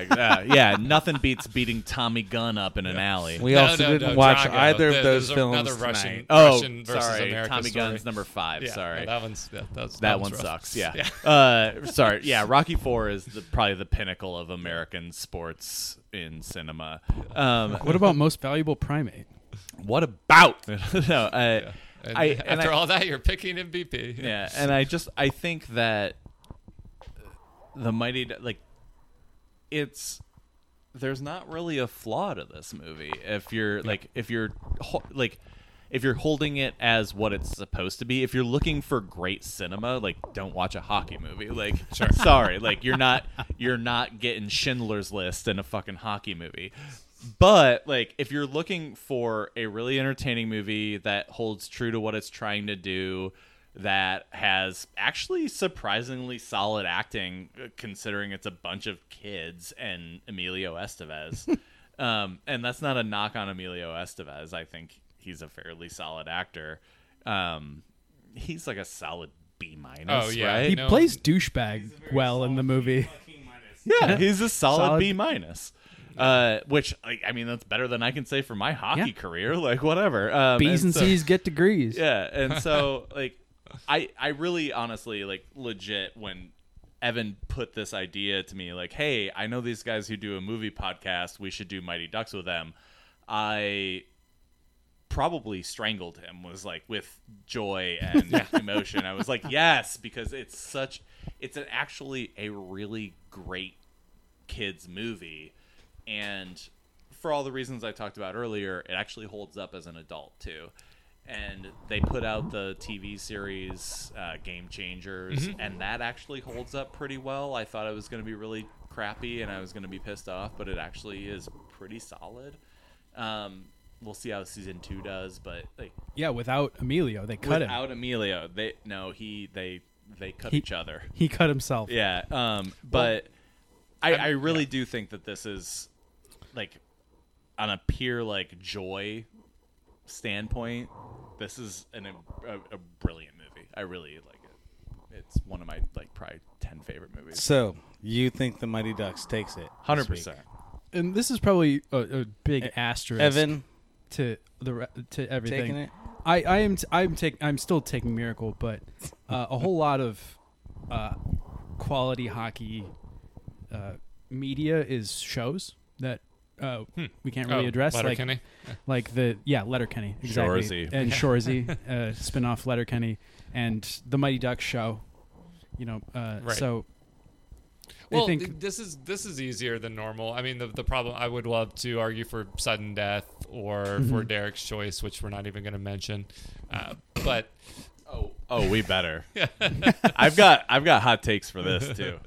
D: yeah, uh, yeah. Nothing beats beating Tommy Gunn up in an alley.
B: We
A: No,
B: also
A: no, no,
B: didn't watch
A: Drago.
B: either
A: There-
B: of those
A: there's
B: films
A: Another
B: tonight.
A: Russian,
D: Oh,
A: Russian versus
D: sorry.
A: America
D: Tommy
A: story.
D: Gunn's number five.
A: Yeah,
D: sorry.
A: no, that one's yeah, that, was,
D: that,
A: one's
D: one
A: rough.
D: sucks. Yeah. uh, sorry. Yeah. Rocky Four is the, probably the pinnacle of American sports in cinema. Um,
C: What about most valuable primate?
D: what about? no. Uh,
A: And
D: I, and
A: after
D: I-
A: all that, you're picking MVP.
D: yeah, and I just I think that the mighty D- like it's there's not really a flaw to this movie if you're like if you're ho- like if you're holding it as what it's supposed to be if you're looking for great cinema like don't watch a hockey movie like sorry like you're not you're not getting Schindler's List in a fucking hockey movie but like if you're looking for a really entertaining movie that holds true to what it's trying to do that has actually surprisingly solid acting uh, considering it's a bunch of kids and Emilio Estevez. um, and that's not a knock on Emilio Estevez. I think he's a fairly solid actor. Um, he's like a solid B minus,
A: Oh, yeah.
D: right?
C: He
A: know.
C: plays douchebag well in the movie.
D: Yeah, he's a solid,
C: Solid-
D: B minus. Uh, which I, I mean, that's better than I can say for my hockey
C: Yeah.
D: career. Like whatever. Um,
C: B's and
D: so-
C: C's get degrees.
D: Yeah, and so like, I I really honestly like legit when Evan put this idea to me, like, hey, I know these guys who do a movie podcast. We should do Mighty Ducks with them. I probably strangled him was like with joy and emotion. I was like, yes, because it's such it's an actually a really great kids movie and for all the reasons I talked about earlier, it actually holds up as an adult too. And they put out the TV series uh, Game Changers,
C: Mm-hmm.
D: and that actually holds up pretty well. I thought it was going to be really crappy and I was going to be pissed off, but it actually is pretty solid. Um, we'll see how season two does, but like
C: Yeah, without Emilio, they cut him.
D: without Emilio, they no he they they cut
C: He-
D: each other.
C: He cut himself.
D: Yeah, um, but I, I really do think that this is like on a pure like joy standpoint, this is an, a, a brilliant movie. I really like it. It's one of my like probably ten favorite movies.
B: So you think the Mighty Ducks takes it?
D: Hundred percent.
C: And this is probably a, a
D: E-
C: big asterisk
B: Evan,
C: to the re- to everything.
B: Taking it?
C: I I am t- I'm take I'm still taking Miracle, but uh, a whole lot of uh, quality hockey uh, media is shows that uh, we can't really
A: Oh,
C: address like
A: Letterkenny?
C: like the yeah Letterkenny exactly
D: Shoresy.
C: and Shoresy uh, spin-off Letterkenny and the Mighty Ducks show. You know, uh,
A: Right.
C: so I
A: Well,
C: think-
A: th- this is this is easier than normal. I mean, the the problem I would love to argue for sudden death or
D: Mm-hmm.
A: for Derek's choice, which we're not even going to mention. Uh, but
D: Oh, oh, we better. I've got I've got hot takes for this too.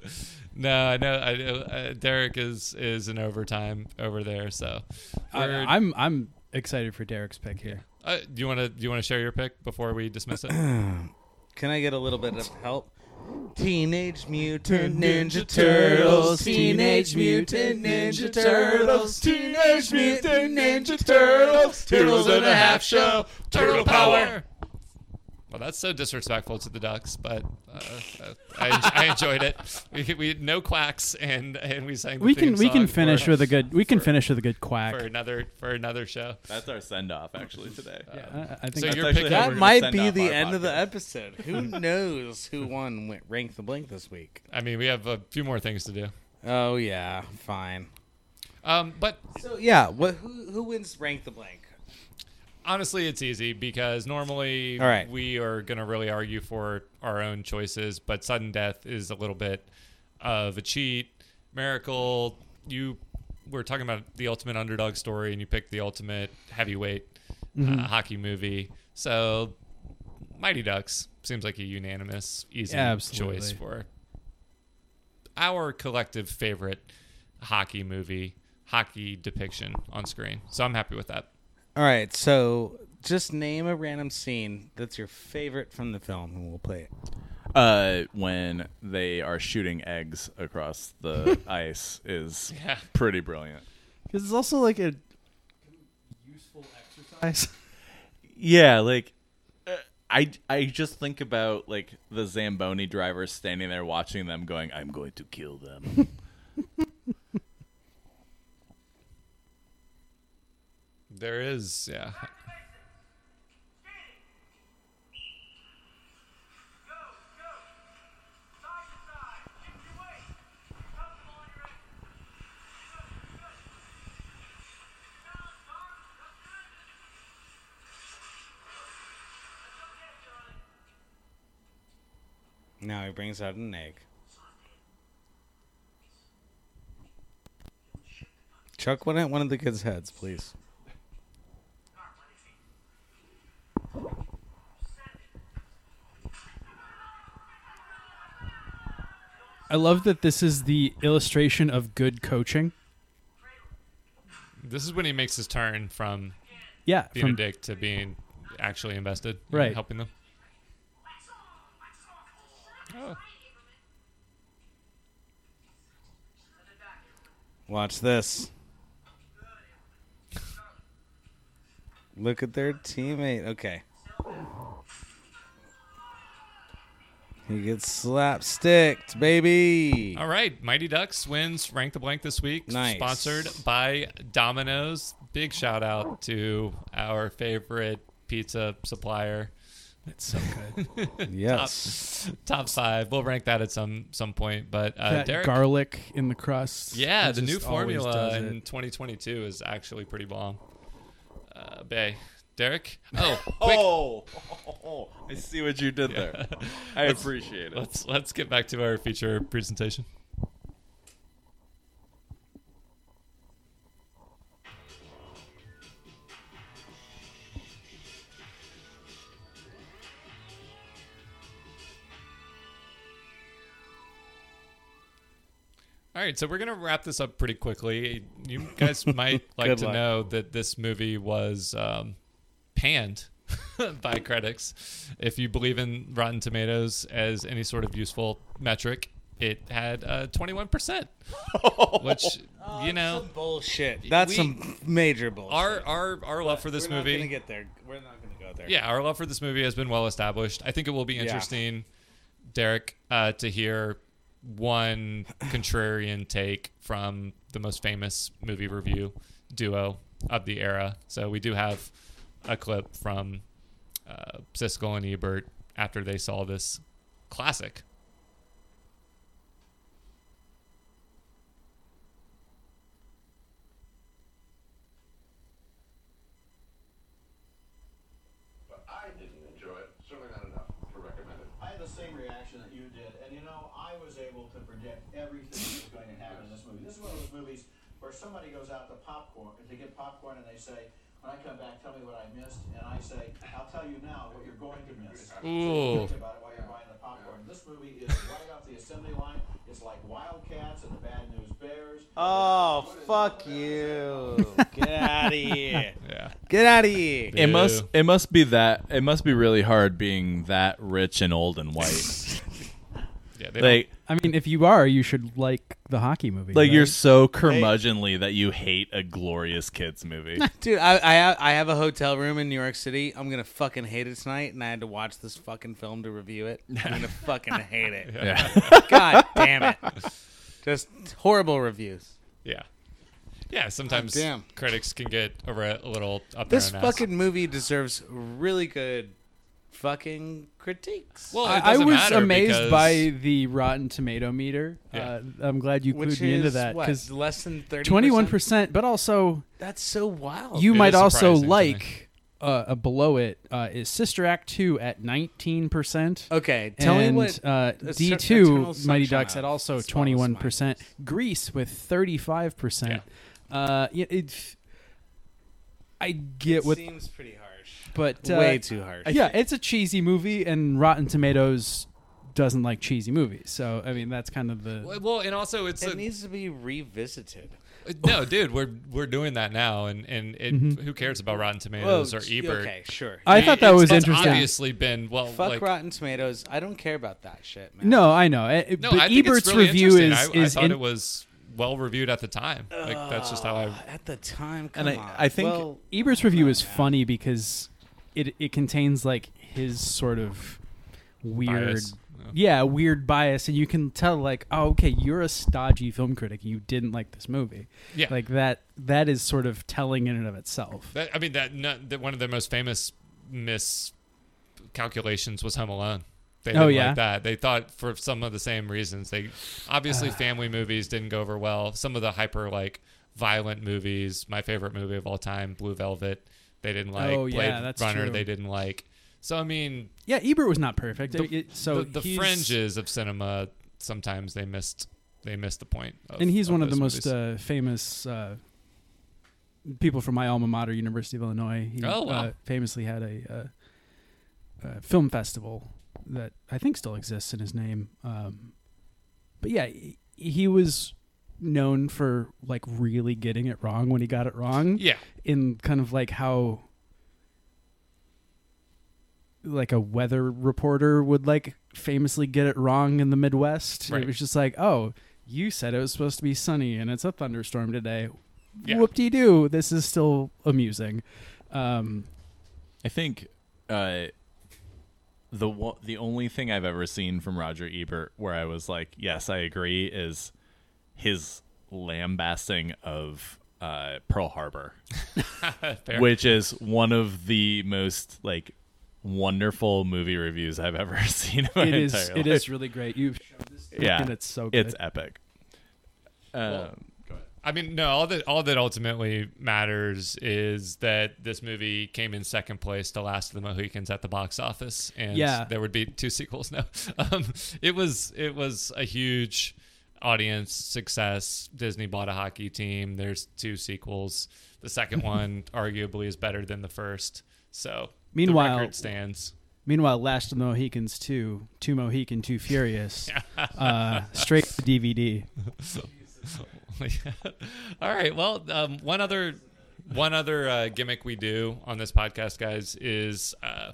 A: no, I know I know, uh, Derek is is in overtime over there. So,
C: I,
A: we're-
C: I'm I'm excited for Derek's pick here.
A: uh, do you want to do you want to share your pick before we dismiss it?
B: Can I get a little bit of help? Teenage Mutant Ninja Turtles. Teenage Mutant Ninja Turtles. Teenage Mutant Ninja Turtles. Turtles and a half shell. Turtle power.
A: Well, that's so disrespectful to the Ducks, but uh, uh, I, I enjoyed it. We, we no quacks, and and we sang. The
C: We can
A: theme
C: we can
A: song
C: finish
A: for,
C: with a good we can finish with a good quack.
A: for another for another show.
D: That's our send off actually today.
C: I,
D: Uh,
C: I- I
A: So
C: think
A: you're-
D: That's actually
A: picking- That
D: how we're
B: That
D: gonna
B: might
D: send
B: be
D: off
B: the
D: our
B: end of the
D: podcast.
B: episode. Who knows who won wi- Rank the Blink this week?
A: I mean, we have a few more things to do.
B: Oh yeah, fine.
A: Um, but
B: So yeah, what who who wins Rank the Blink?
A: honestly, it's easy because normally
B: All right.
A: we are going to really argue for our own choices, but sudden death is a little bit of a cheat. Miracle, you were talking about the ultimate underdog story, and you picked the ultimate heavyweight
B: Mm-hmm.
A: uh, hockey movie. So, Mighty Ducks seems like a unanimous, easy
C: Absolutely.
A: choice for our collective favorite hockey movie, hockey depiction on screen. So, I'm happy with that.
B: All right, so just name a random scene that's your favorite from the film, and we'll play it.
D: Uh, when they are shooting eggs across the ice is
A: Yeah.
D: pretty brilliant.
C: because it's also like a useful exercise.
D: Yeah, like uh, I I just think about like the Zamboni driver standing there watching them going, "I'm going to kill them."
A: There is, yeah.
B: Now he brings out an egg. Chuck one at one of the kids' heads, please.
C: I love that this is the illustration of good coaching.
A: This is when he makes his turn from
C: Yeah,
A: being
C: from-
A: a dick to being actually invested, in
C: Right.
A: Helping them. Oh,
B: Watch this. Look at their teammate. Okay. He gets slapsticked, baby.
A: all right. Mighty Ducks wins rank the blank this week.
B: Nice.
A: Sponsored by Domino's. Big shout out to our favorite pizza supplier.
C: It's so good.
B: Yes.
A: Top five. We'll rank that at some some point. But uh,
C: that
A: Derek,
C: garlic in the crust.
A: yeah,
C: it
A: the new
C: just always
A: formula
C: does it.
A: in 2022 is actually pretty bomb. Uh, Bay, Derek. Oh, quick.
D: oh, I see what you did there. I appreciate it.
A: Let's let's get back to our feature presentation. All right, so we're gonna wrap this up pretty quickly. You guys might like
B: Good
A: to
B: luck.
A: know that this movie was um, panned by critics. If you believe in Rotten Tomatoes as any sort of useful metric, it had uh, 21%, which, you know,
B: bullshit. That's
A: we-
B: some major bullshit.
A: our, our, our love for this
B: We're not gonna
A: movie.
B: get there. We're not gonna go there.
A: Yeah, our love for this movie has been well established. I think it will be interesting, Derek, uh, to hear one contrarian take from the most famous movie review duo of the era. So we do have a clip from uh, Siskel and Ebert after they saw this classic.
E: But I didn't enjoy it. Certainly not enough to recommend it. I had the same reaction that you did, and you know, I was able to predict everything that was going to happen in this movie. This is one of those movies where somebody goes out to popcorn to get popcorn, and they say, "When I come back, tell me what I missed," and I say, "I'll tell you now what you're going to miss." So you
A: Ooh.
E: think about it while you're buying the popcorn. This movie is right off the assembly line. It's like Wildcats and the Bad News Bears.
B: Oh fuck you! Get out of here!
A: Yeah.
B: Get out of here!
D: It must
A: Boo.
D: it must be that it must be really hard being that rich and old and white.
A: Yeah, they,
D: Like,
C: I mean, if you are, you should like the hockey movie.
D: like
C: right?
D: you're so curmudgeonly that you hate a glorious kids movie.
B: Dude, I, I ha- I have a hotel room in New York City. I'm gonna fucking hate it tonight, and I had to watch this fucking film to review it. I'm gonna fucking hate it.
D: yeah.
B: God damn it! Just horrible reviews.
A: don't- yeah. Yeah, sometimes
C: Ah,
B: damn.
A: critics can get a, re- a little up
B: This
A: their own ass.
B: fucking movie deserves really good fucking critiques.
A: Well, it
C: I, I
A: doesn't
C: was
A: matter
C: amazed
A: because-
C: by the Rotten Tomato meter.
A: Yeah.
C: Uh, I'm glad you
B: which
C: clued me into
B: is
C: that
B: what,
C: because
B: less than thirty.
C: 21 percent, but also
B: That's so wild.
C: you
A: Oh, It
C: might
A: is
C: also
A: surprising to me.
C: like uh, uh, below it uh, is Sister Act two at 19 percent.
B: okay? Tell
C: and,
B: me what.
C: uh,
B: Eter-
C: D
B: Eternal
C: two Mighty
B: Sunshine
C: Ducks
B: of
C: at also
B: the Spotless
C: twenty one percent. Greece with thirty five percent. Uh, yeah, it, I get what,
B: seems pretty harsh.
C: but uh,
B: Way too harsh.
C: Yeah, it's a cheesy movie, and Rotten Tomatoes doesn't like cheesy movies. So I mean, that's kind of the
A: Well, and also it's
B: It
A: a,
B: needs to be revisited.
A: no, dude. We're we're doing that now, and and it, who cares about Rotten Tomatoes or Ebert?
B: Okay, sure.
C: Mm-hmm. I thought that
A: It's-
C: was
A: it's
C: interesting.
A: Obviously, been well,
B: Fuck
A: like,
B: Rotten Tomatoes. I don't care about that shit, man.
C: No, I know. I-
A: No,
C: but
A: I think
C: Ebert's
A: it's really
C: review is
A: interesting. I,
C: is
A: I thought
C: in-
A: it was well reviewed at the time. Like that's just how I.
B: At the time, come
D: And I-
B: on.
D: I think-
B: Well,
C: Ebert's review is funny because it it contains like his sort of weird
A: Bias,
C: yeah. weird bias and you can tell like oh okay you're a stodgy film critic you didn't like this movie
A: Yeah.
C: like that that is sort of telling in and of itself
A: That, I mean that, no- that one of the most famous miscalculations was Home Alone. They didn't
C: Oh, yeah?
A: like that. They thought for some of the same reasons. They obviously family movies didn't go over well. Some of the hyper like violent movies, my favorite movie of all time, Blue Velvet, they didn't like.
C: Oh, yeah,
A: Blade
C: that's
A: Runner,
C: true.
A: they didn't like. So I mean,
C: yeah Ebert was not perfect It- it- so
A: the, the
C: he's-
A: fringes of cinema sometimes they missed they missed the point. Of,
C: and he's one of the
A: those
C: most
A: movies.
C: uh, famous uh, people from my alma mater, University of Illinois. He
A: Oh, wow.
C: uh, famously had a, uh uh film festival that I think still exists in his name. Um, but yeah, he, he was known for like really getting it wrong when he got it wrong
A: yeah.
C: in kind of like how like a weather reporter would like famously get it wrong in the Midwest.
A: Right.
C: It was just like, oh, you said it was supposed to be sunny and it's a thunderstorm today.
A: Yeah.
C: Whoop de doo. This is still amusing. Um,
D: I think uh, the wo- the only thing I've ever seen from Roger Ebert where I was like, yes, I agree, is his lambasting of uh, Pearl Harbor, which is one of the most like wonderful movie reviews I've ever seen. In my
C: it is
D: entire
C: it
D: life.
C: is really great. You've showed this to me,
D: yeah,
C: and it's so good.
D: It's epic.
A: Uh,
D: Um,
A: I mean, no, all that all that ultimately matters is that this movie came in second place to Last of the Mohicans at the box office, and
C: Yeah.
A: there would be two sequels. No, um, it was it was a huge audience success. Disney bought a hockey team. There's two sequels. The second one arguably is better than the first. So
C: Meanwhile-
A: the record stands.
C: Meanwhile, Last of the Mohicans 2, Two Mohican, Two Furious, uh, straight to DVD.
A: All right. Well, um, one other one other uh, gimmick we do on this podcast, guys, is uh,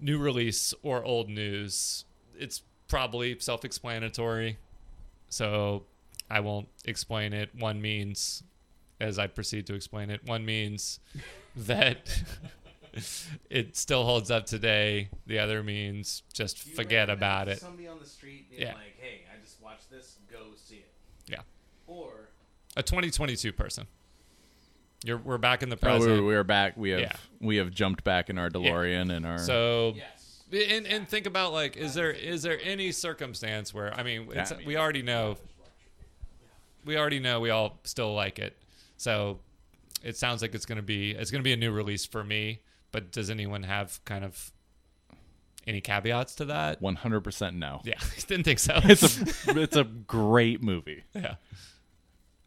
A: new release or old news. It's probably self-explanatory, so I won't explain it. One means, as I proceed to explain it, one means that. It still holds up today. The other means just forget about it.
B: Somebody on the street being
A: Yeah.
B: like, "Hey, I just watched this. Go see it."
A: Yeah.
B: Or
A: A 2022 person. You're, we're back in the
D: oh,
A: present.
D: we, we are back. We have
A: Yeah.
D: we have jumped back in our DeLorean and our
A: So
B: yes,
A: and and think about like is there is there any circumstance where I mean it's,
D: I mean-
A: we already know we already know we all still like it. So it sounds like it's going to be it's going to be a new release for me, but does anyone have kind of any caveats to that?
D: 100% no.
A: Yeah, didn't think so.
D: It's a it's a great movie.
A: yeah.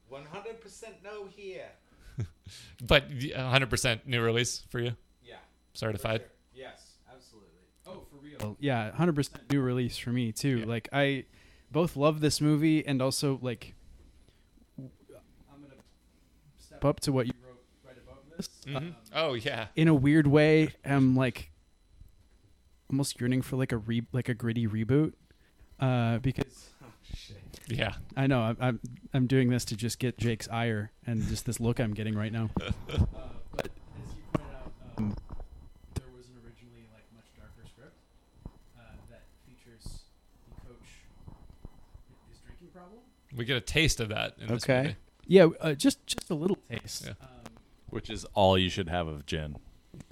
B: one hundred percent no here.
A: But 100% new release for you.
B: Yeah.
A: Certified.
B: Yes, absolutely. Oh,
C: Well, Oh, yeah, hundred percent new release for me too. Like I both love this movie and also like I'm gonna step up to what you wrote right above this.
B: Mm.
C: Uh,
B: Mm-hmm.
A: Mhm. Oh yeah.
C: In a weird way, I'm like almost yearning for like a re- like a gritty reboot. uh, because
B: Oh,
A: Yeah.
C: I know I'm, I'm I'm doing this to just get Jake's ire and just this look I'm getting right now. Uh, but as you pointed out, um, there was an originally like much darker script uh, that features the coach his drinking problem.
A: We get a taste of that. In
B: Okay.
A: This movie.
C: Yeah, uh, just just a little taste.
A: Yeah.
C: Um,
D: which is all you should have of gin.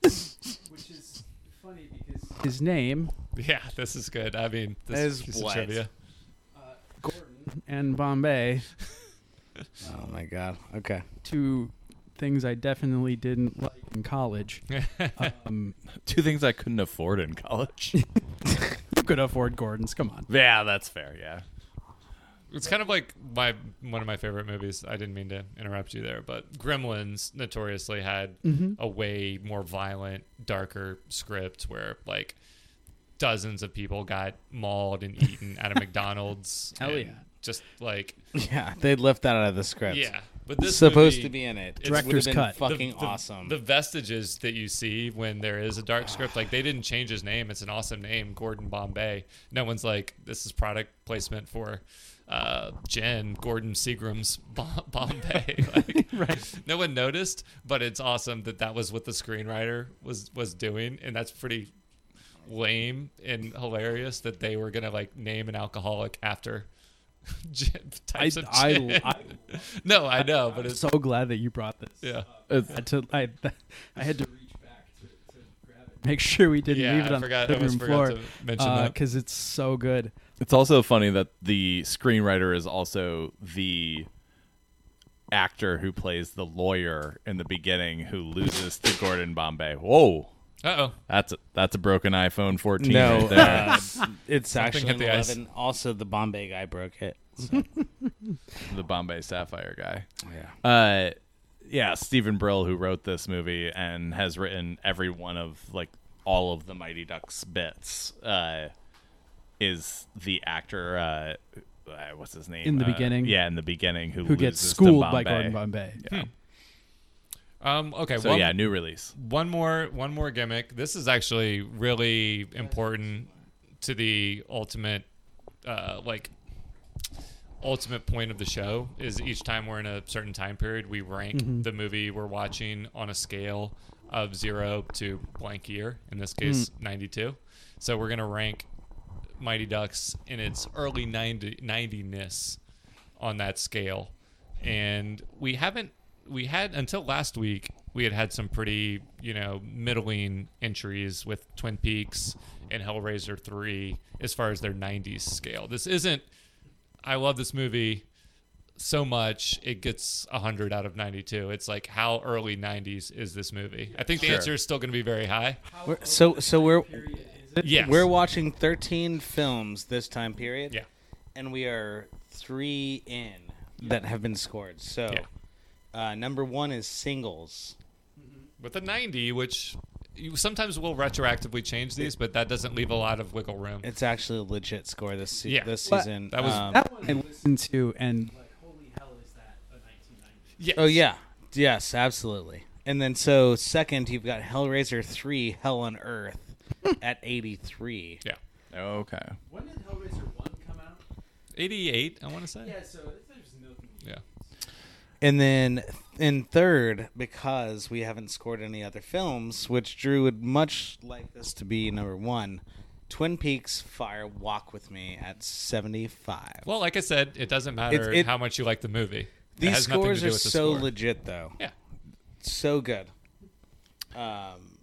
C: which is funny because his name
A: Yeah, this is good. I mean, this
B: Is
A: piece of
B: what?
A: trivia.
C: uh, Gordon and Bombay
B: Oh my god. Okay.
C: two things I definitely didn't like in college. um,
D: Two things I couldn't afford in college.
C: you could afford Gordon's. Come on.
D: yeah, that's fair. Yeah.
A: It's kind of like my one of my favorite movies. I didn't mean to interrupt you there, but Gremlins notoriously had
B: Mm-hmm.
A: a way more violent, darker script where like dozens of people got mauled and eaten at a McDonald's.
C: Hell
A: and
C: yeah.
A: Just like
B: Yeah, they left that out of the script.
A: yeah, but this
B: supposed
A: movie-
B: to be in it.
A: Director's
B: Would've been
C: cut.
A: the-
B: Fucking
A: the-
B: awesome.
A: The vestiges that you see when there is a dark script, like they didn't change his name. It's an awesome name, Gordon Bombay. No one's like, this is product placement for uh, Jen Gordon Seagram's Bo- Bombay. Like, right. No one noticed, but it's awesome that that was what the screenwriter was was doing, and that's pretty lame and hilarious that they were gonna like name an alcoholic after. gin-
C: I,
A: types of
C: I,
A: gin.
C: I,
A: no, I know, but
C: am
A: it's
C: so glad that you brought this.
A: yeah.
C: I had to, I, I had to reach back to, to grab it. Make sure we didn't
A: Yeah,
C: leave it
A: I
C: on
A: forgot- I
C: the living room
A: almost forgot
C: floor
A: to mention that.
C: because it's so good.
D: It's also funny that the screenwriter is also the actor who plays the lawyer in the beginning who loses to Gordon Bombay. Whoa.
A: Uh oh.
D: That's a, that's a broken iPhone 14
B: no,
D: right there.
B: uh, it's actually
A: hit
B: an
A: the ice.
B: 11. Also, the Bombay guy broke it.
D: the Bombay Sapphire guy.
B: Yeah.
D: Uh, yeah, Stephen Brill, who wrote this movie and has written every one of like all of the Mighty Ducks bits, uh, is the actor. Uh, uh, what's his name?
C: In the
D: Uh,
C: beginning?
D: yeah, in the beginning, who
C: Who gets
D: loses to
C: schooled by
D: Bombay.
C: Gordon Bombay?
A: Um, okay.
D: So
A: one,
D: yeah, new release.
A: one more one more gimmick. This is actually really important to the ultimate, uh, like ultimate point of the show is each time we're in a certain time period, we rank the movie we're watching on a scale of zero to blank year. In this case, ninety-two. So we're gonna rank Mighty Ducks in its early 90, 90-ness on that scale. And we haven't we had until last week we had had some pretty, you know, middling entries with Twin Peaks and Hellraiser 3 as far as their 90s scale. This isn't I love this movie so much it gets 100 out of 92 it's like how early 90s is this movie i think the answer is still going to be very high
B: We're- so, so we're
A: yes
B: we're watching 13 films this time period.
A: yeah
B: and we are three in that have been scored. So,
A: Yeah.
B: uh, number one is singles.
A: with a 90 which you sometimes will retroactively change these but that doesn't leave a lot of wiggle room
B: It's actually a legit score this se-
A: Yeah.
B: this
C: But-
B: season.
A: That was-
B: Um,
C: That one I listened to and like, holy hell, is that a 1990?
A: yes.
B: oh yeah, yes, absolutely. And then so second, you've got Hellraiser three, Hell on Earth, at eighty three.
A: yeah
D: Okay.
C: When did Hellraiser one come out?
A: 88 i want to say yeah,
C: so there's no.
B: And then in third, because we haven't scored any other films, which Drew would much like this to be number one, Twin Peaks Fire Walk with Me at seventy five.
A: well like i said it doesn't matter
B: It's- it-
A: how much you like the movie it
B: These
A: has nothing to
B: scores
A: do
B: are
A: with the
B: so
A: score.
B: legit, though.
A: yeah
B: So good. Um,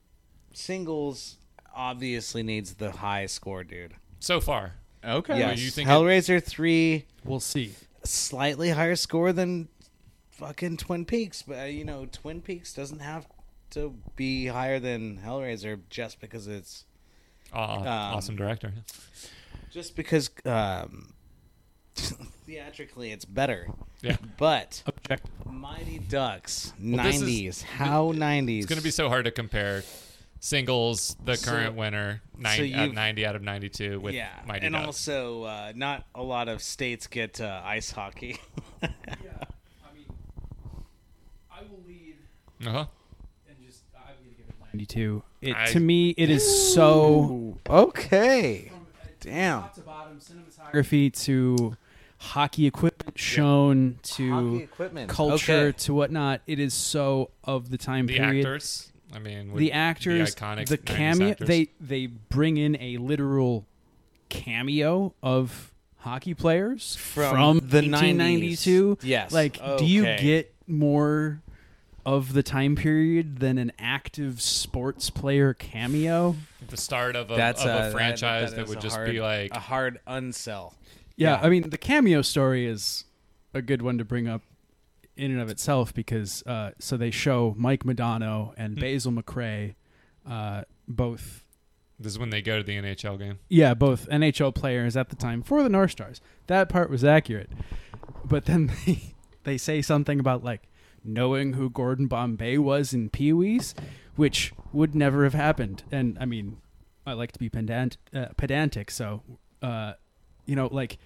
B: singles obviously needs the high score, dude.
A: so far
D: Okay.
B: Yes.
A: you think it-
B: Hellraiser three
C: We'll see.
B: slightly higher score than fucking Twin Peaks, but uh, you know Twin Peaks doesn't have to be higher than Hellraiser just because it's
A: Aw,
B: Um,
A: awesome director
B: just because um, theatrically it's better.
A: yeah
B: But
C: Objective.
B: Mighty Ducks,
A: this is-
B: nineties. How nineties?
A: It's going to be so hard to compare singles, the
B: So-
A: current winner,
B: so
A: nine, at
B: you've-
A: 90 out of 92 with
B: yeah,
A: Mighty
B: and
A: Ducks.
B: also uh, not a lot of states get uh, ice hockey.
C: I mean, I will lead
A: uh-huh.
C: and just I'm gonna give it 92. It
A: I-
C: to me it is so
B: okay, Damn.
C: to bottom cinematography to hockey equipment shown
B: Hockey
C: to
B: equipment.
C: culture
B: Okay.
C: to whatnot. It is so of the time
A: The
C: period.
A: actors. I mean, would
C: the actors,
A: the iconic
C: the
A: 90s
C: cameo,
A: actors.
C: they they bring in a literal cameo of hockey players
B: From the
C: 1992.
B: 90s. Yes.
C: like do you
B: Okay.
C: get more of the time period than an active sports player cameo?
A: the start of a,
B: That's
A: of a
B: that-
A: franchise that,
B: is
A: would
B: a
A: just
B: hard-
A: be like
B: a hard unsell.
C: Yeah,
B: Yeah.
C: I mean the cameo story is a good one to bring up in and of itself because uh, so they show Mike Madonna
B: Hmm.
C: and Basil McRae, uh, both
A: this is when they go to the NHL game.
C: yeah, both NHL players at the time for the North Stars. That part was accurate, but then they they say something about like knowing who Gordon Bombay was in Pee Wee's, which would never have happened. And I mean, I like to be pedant uh, pedantic, so uh, you know, like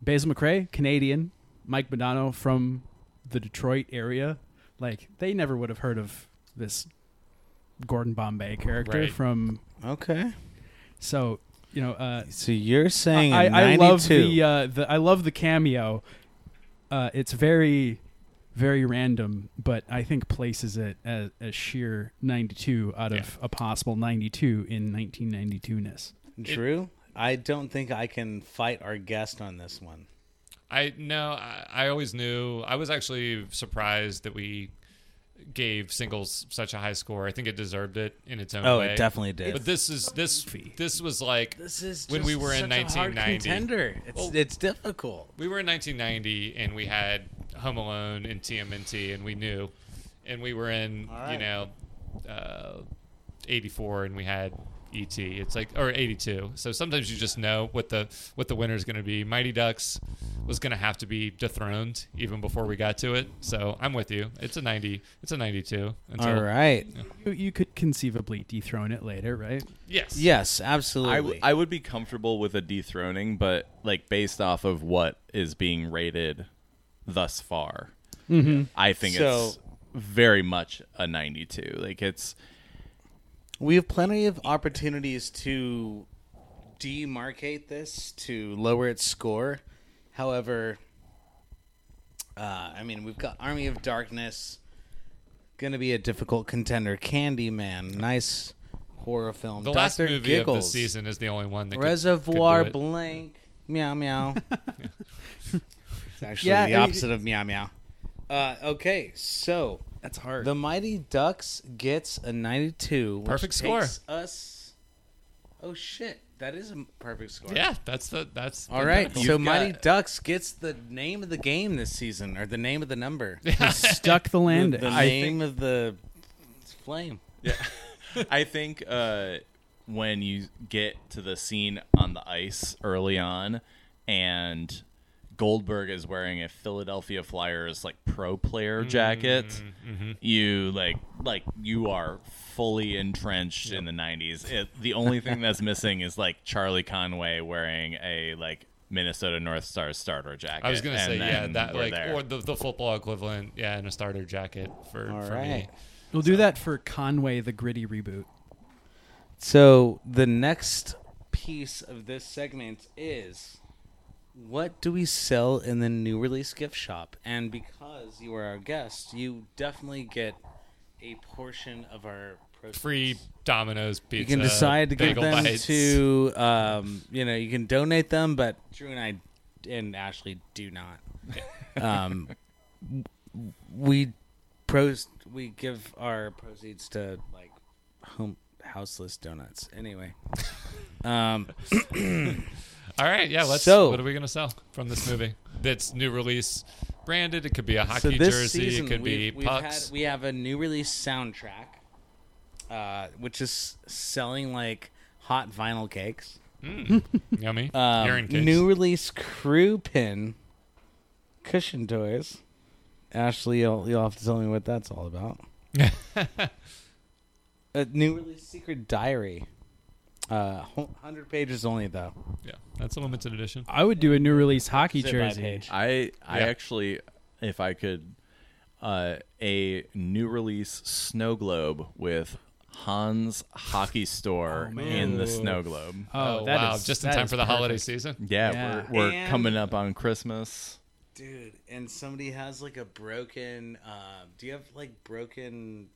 C: Basil McRae, Canadian, Mike Bonanno from the Detroit area, like they never would have heard of this Gordon Bombay character
A: Right.
C: from
B: Okay.
C: so you know, uh,
B: So you're saying
C: I,
B: in
C: I
B: 92,
C: love the, uh, the I love the cameo. Uh, it's very, very random, but I think places it as, as sheer 92 out of a possible 92 in 1992 ness.
B: Drew, I don't think I can fight our guest on this one.
A: I no, I, I always knew. I was actually surprised that we gave singles such a high score. I think it deserved it in its own
B: Oh,
A: way.
B: it definitely did.
A: But this is this this was like when we were in 1990.
B: contender. It's,
A: Well-
B: it's difficult.
A: We were in 1990 and we had Home Alone and TMNT and we knew, and we were in
B: right.
A: you know uh, 84 and we had ET. It's like or 82. So sometimes you just know what the what the winner is going to be. Mighty Ducks was going to have to be dethroned even before we got to it. So I'm with you. It's a 90. It's a 92. Until,
B: All right.
C: You, you could conceivably dethrone it later, right?
A: Yes.
B: Yes,
D: I,
B: absolutely.
D: w- I would be comfortable with a dethroning, but like based off of what is being rated thus far, I think
B: So-
D: it's very much a 92. Like it's
B: we have plenty of opportunities to demarcate this, to lower its score. However, uh, I mean, we've got Army of Darkness, going to be a difficult contender. Candyman, nice horror film.
A: The last
B: Dr.
A: movie
B: Giggles,
A: of the season is the only one that could-
B: Reservoir
A: could do it.
B: Blank. Meow meow. it's actually
C: Yeah,
B: the
C: I mean-
B: opposite of meow meow. Uh, okay, so
C: That's hard.
B: the Mighty Ducks gets a 92. Which
A: Perfect
B: takes
A: score.
B: Us. Oh shit, that is a perfect score.
A: Yeah, that's the that's
B: All right,
A: identical.
B: so
D: got-
B: Mighty Ducks gets the name of the game this season, or the name of the number,
C: Stuck the
B: the,
C: landing.
B: the name of the flame.
D: I think uh, when you get to the scene on the ice early on, and Goldberg is wearing a Philadelphia Flyers like pro player
A: Mm-hmm,
D: jacket, you like like you are fully entrenched in the '90s. It, the only thing that's missing is like Charlie Conway wearing a like Minnesota North Stars starter jacket.
A: I was gonna
D: and
A: say yeah,
D: then
A: that
D: we're
A: like
D: there.
A: or the, the football equivalent, yeah, and a starter jacket for
B: All
A: for me.
B: right.
C: we'll do that for Conway the Gritty reboot.
B: So the next piece of this segment is what do we sell in the new release gift shop? And because you are our guest, you definitely get a portion of our proceeds.
A: Free Domino's pizza.
B: You can decide to give
A: bagel
B: them
A: bites.
B: to, um, you know, you can donate them, but Drew and I and Ashley do not. um, w- we pros we give our proceeds to like home houseless donuts. Anyway, um,
A: All right, yeah. Let's.
B: So-
A: what are we gonna sell from this movie? That's new release, branded. It could be a
B: so
A: hockey
B: this
A: jersey.
B: season
A: it could
B: we've,
A: be
B: we've had,
A: pucks.
B: we have a new release soundtrack, uh, which is selling like hot vinyl cakes.
A: Yummy.
B: Um,
A: Urine cakes.
B: New release crew pin cushion toys. Ashley, you'll, you'll have to tell me what that's all about. a new release secret diary. Uh, hundred pages only though.
A: yeah, that's a limited edition.
C: I would do a new release hockey
B: Zip-out
C: jersey.
B: page.
D: I I
A: Yeah.
D: actually, if I could, uh, a new release snow globe with Hans Hockey
B: Oh,
D: Store in the snow globe.
A: Oh,
C: that
A: wow.
C: is-
A: Just in
C: that
A: time
C: is
A: for the holiday
C: perfect.
A: season.
D: Yeah,
C: Yeah.
D: we're, we're
B: And-
D: coming up on Christmas.
B: Dude, and somebody has like a broken. Uh, do you have like broken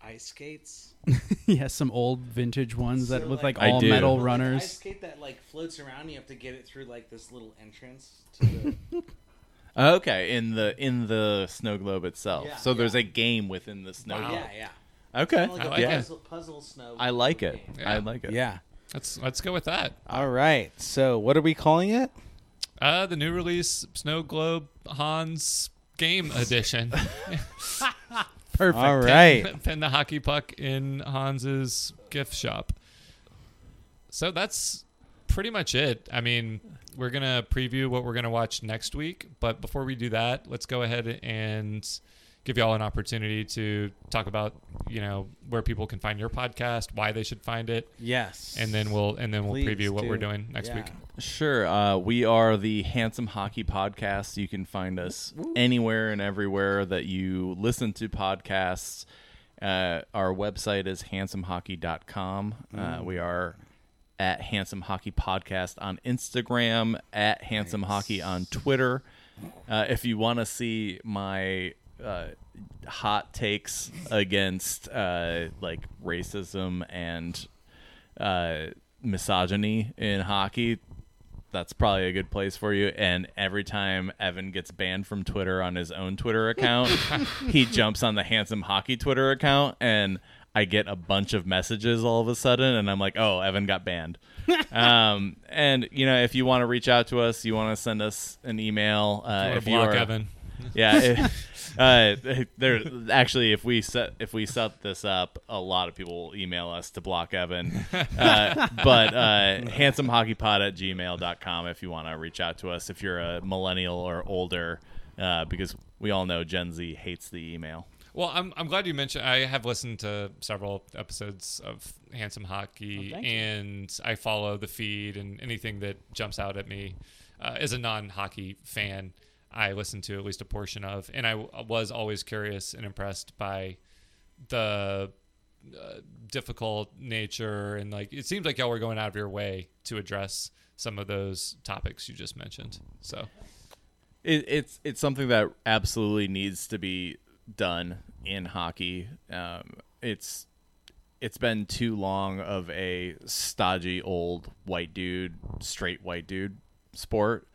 B: ice skates?
C: he has some old vintage ones that
B: So,
C: with like
D: I
C: all
D: do.
C: metal
B: Like,
C: runners.
B: ice skate that like floats around. You have to get it through like this little entrance to the.
D: Okay, in the in the snow globe itself.
B: Yeah,
D: so there's
B: yeah.
D: a game within the snow.
B: Yeah, yeah.
D: Globe. Okay.
B: Kinda like
A: I
B: a
A: like it.
D: yeah.
B: puzzle, puzzle snow.
D: I like it.
B: game.
D: I like it.
B: Yeah.
A: Let's let's go with that.
B: All right. So what are we calling it?
A: Uh, the new release Snow Globe Hans Game Edition.
C: Perfect.
B: All right.
A: Pin the hockey puck in Hans's gift shop. So that's pretty much it. I mean, we're gonna preview what we're gonna watch next week, but before we do that, let's go ahead and give y'all an opportunity to talk about, you know, where people can find your podcast, why they should find it,
B: Yes.
A: and then we'll and then we'll
B: Please
A: preview what we're
B: do.
A: doing next
B: Yeah.
A: week.
D: Sure. Uh, we are the Handsome Hockey Podcast. You can find us anywhere and everywhere that you listen to podcasts. Uh, our website is handsomehockey.com. Uh, we are at Handsome Hockey Podcast on Instagram, at Handsome Hockey on Twitter. Uh, if you want to see my uh, hot takes against uh, like racism and uh, misogyny in hockey, that's probably a good place for you. And every time Evan gets banned from Twitter on his own Twitter account, he jumps on the handsome hockey Twitter account and I get a bunch of messages all of a sudden and I'm like, oh, Evan got banned. um, and you know, if you want to reach out to us, you want to send us an email. Uh,
A: Or
D: if you
A: block
D: are,
A: Evan.
D: yeah. If, uh, there actually, if we set if we set this up, a lot of people will email us to block Evan. Uh, but uh, handsomehockeypod at gmail.com if you want to reach out to us if you're a millennial or older, uh, because we all know Gen Z hates the email.
A: Well, I'm, I'm glad you mentioned. I have listened to several episodes of Handsome Hockey,
C: Oh, thank you.
A: and I follow the feed and anything that jumps out at me. Uh, as a non-hockey fan, I listen to at least a portion of, and I w- uh, was always curious and impressed by the uh, difficult nature and like it seems like y'all were going out of your way to address some of those topics you just mentioned. So
D: it, it's it's something that absolutely needs to be done in hockey. Um, it's it's been too long of a stodgy old white dude, straight white dude sport,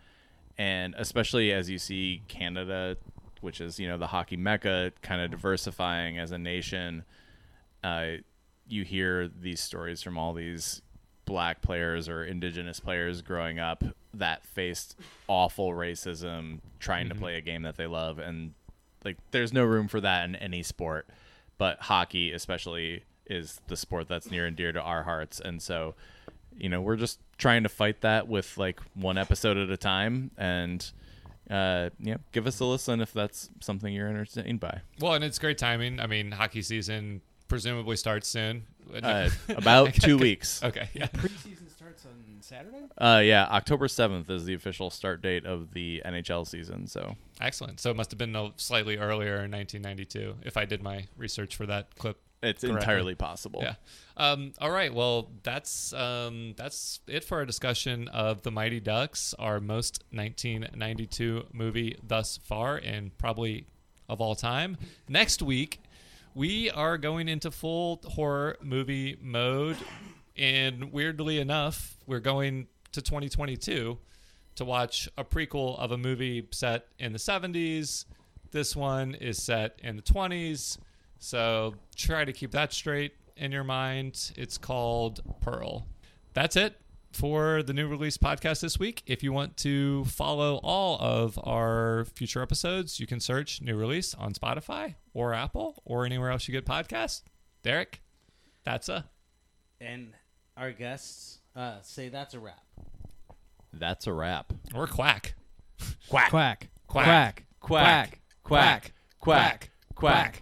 D: and especially as you see Canada, which is you know the hockey mecca, kind of diversifying as a nation. Uh, you hear these stories from all these black players or indigenous players growing up that faced awful racism trying to play a game that they love and like there's no room for that in any sport but hockey especially is the sport that's near and dear to our hearts and so you know we're just trying to fight that with like one episode at a time and uh yeah give us a listen if that's something you're entertained by
A: Well, and it's great timing. I mean, hockey season presumably starts soon.
D: uh, about two weeks
A: okay, yeah.
C: Preseason starts on Saturday.
D: Uh, yeah, October seventh is the official start date of the NHL season. So
A: Excellent. So it must have been a slightly earlier in 1992 if I did my research for that clip.
D: it's
A: Correctly.
D: entirely possible.
A: Yeah. Um, all right. Well, that's um, that's it for our discussion of the Mighty Ducks, our most 1992 movie thus far, and probably of all time. Next week, we are going into full horror movie mode, and weirdly enough, we're going to 2022 to watch a prequel of a movie set in the 70s. This one is set in the 20s. So try to keep that straight in your mind. It's called Pearl. That's it for the new release podcast this week. If you want to follow all of our future episodes, you can search new release on Spotify or Apple or anywhere else you get podcasts. Derek, that's a.
B: And our guests uh, say that's a wrap.
D: that's a wrap.
A: Or quack.
C: Quack. Quack.
A: Quack.
C: Quack. Quack. Quack.
D: quack, quack,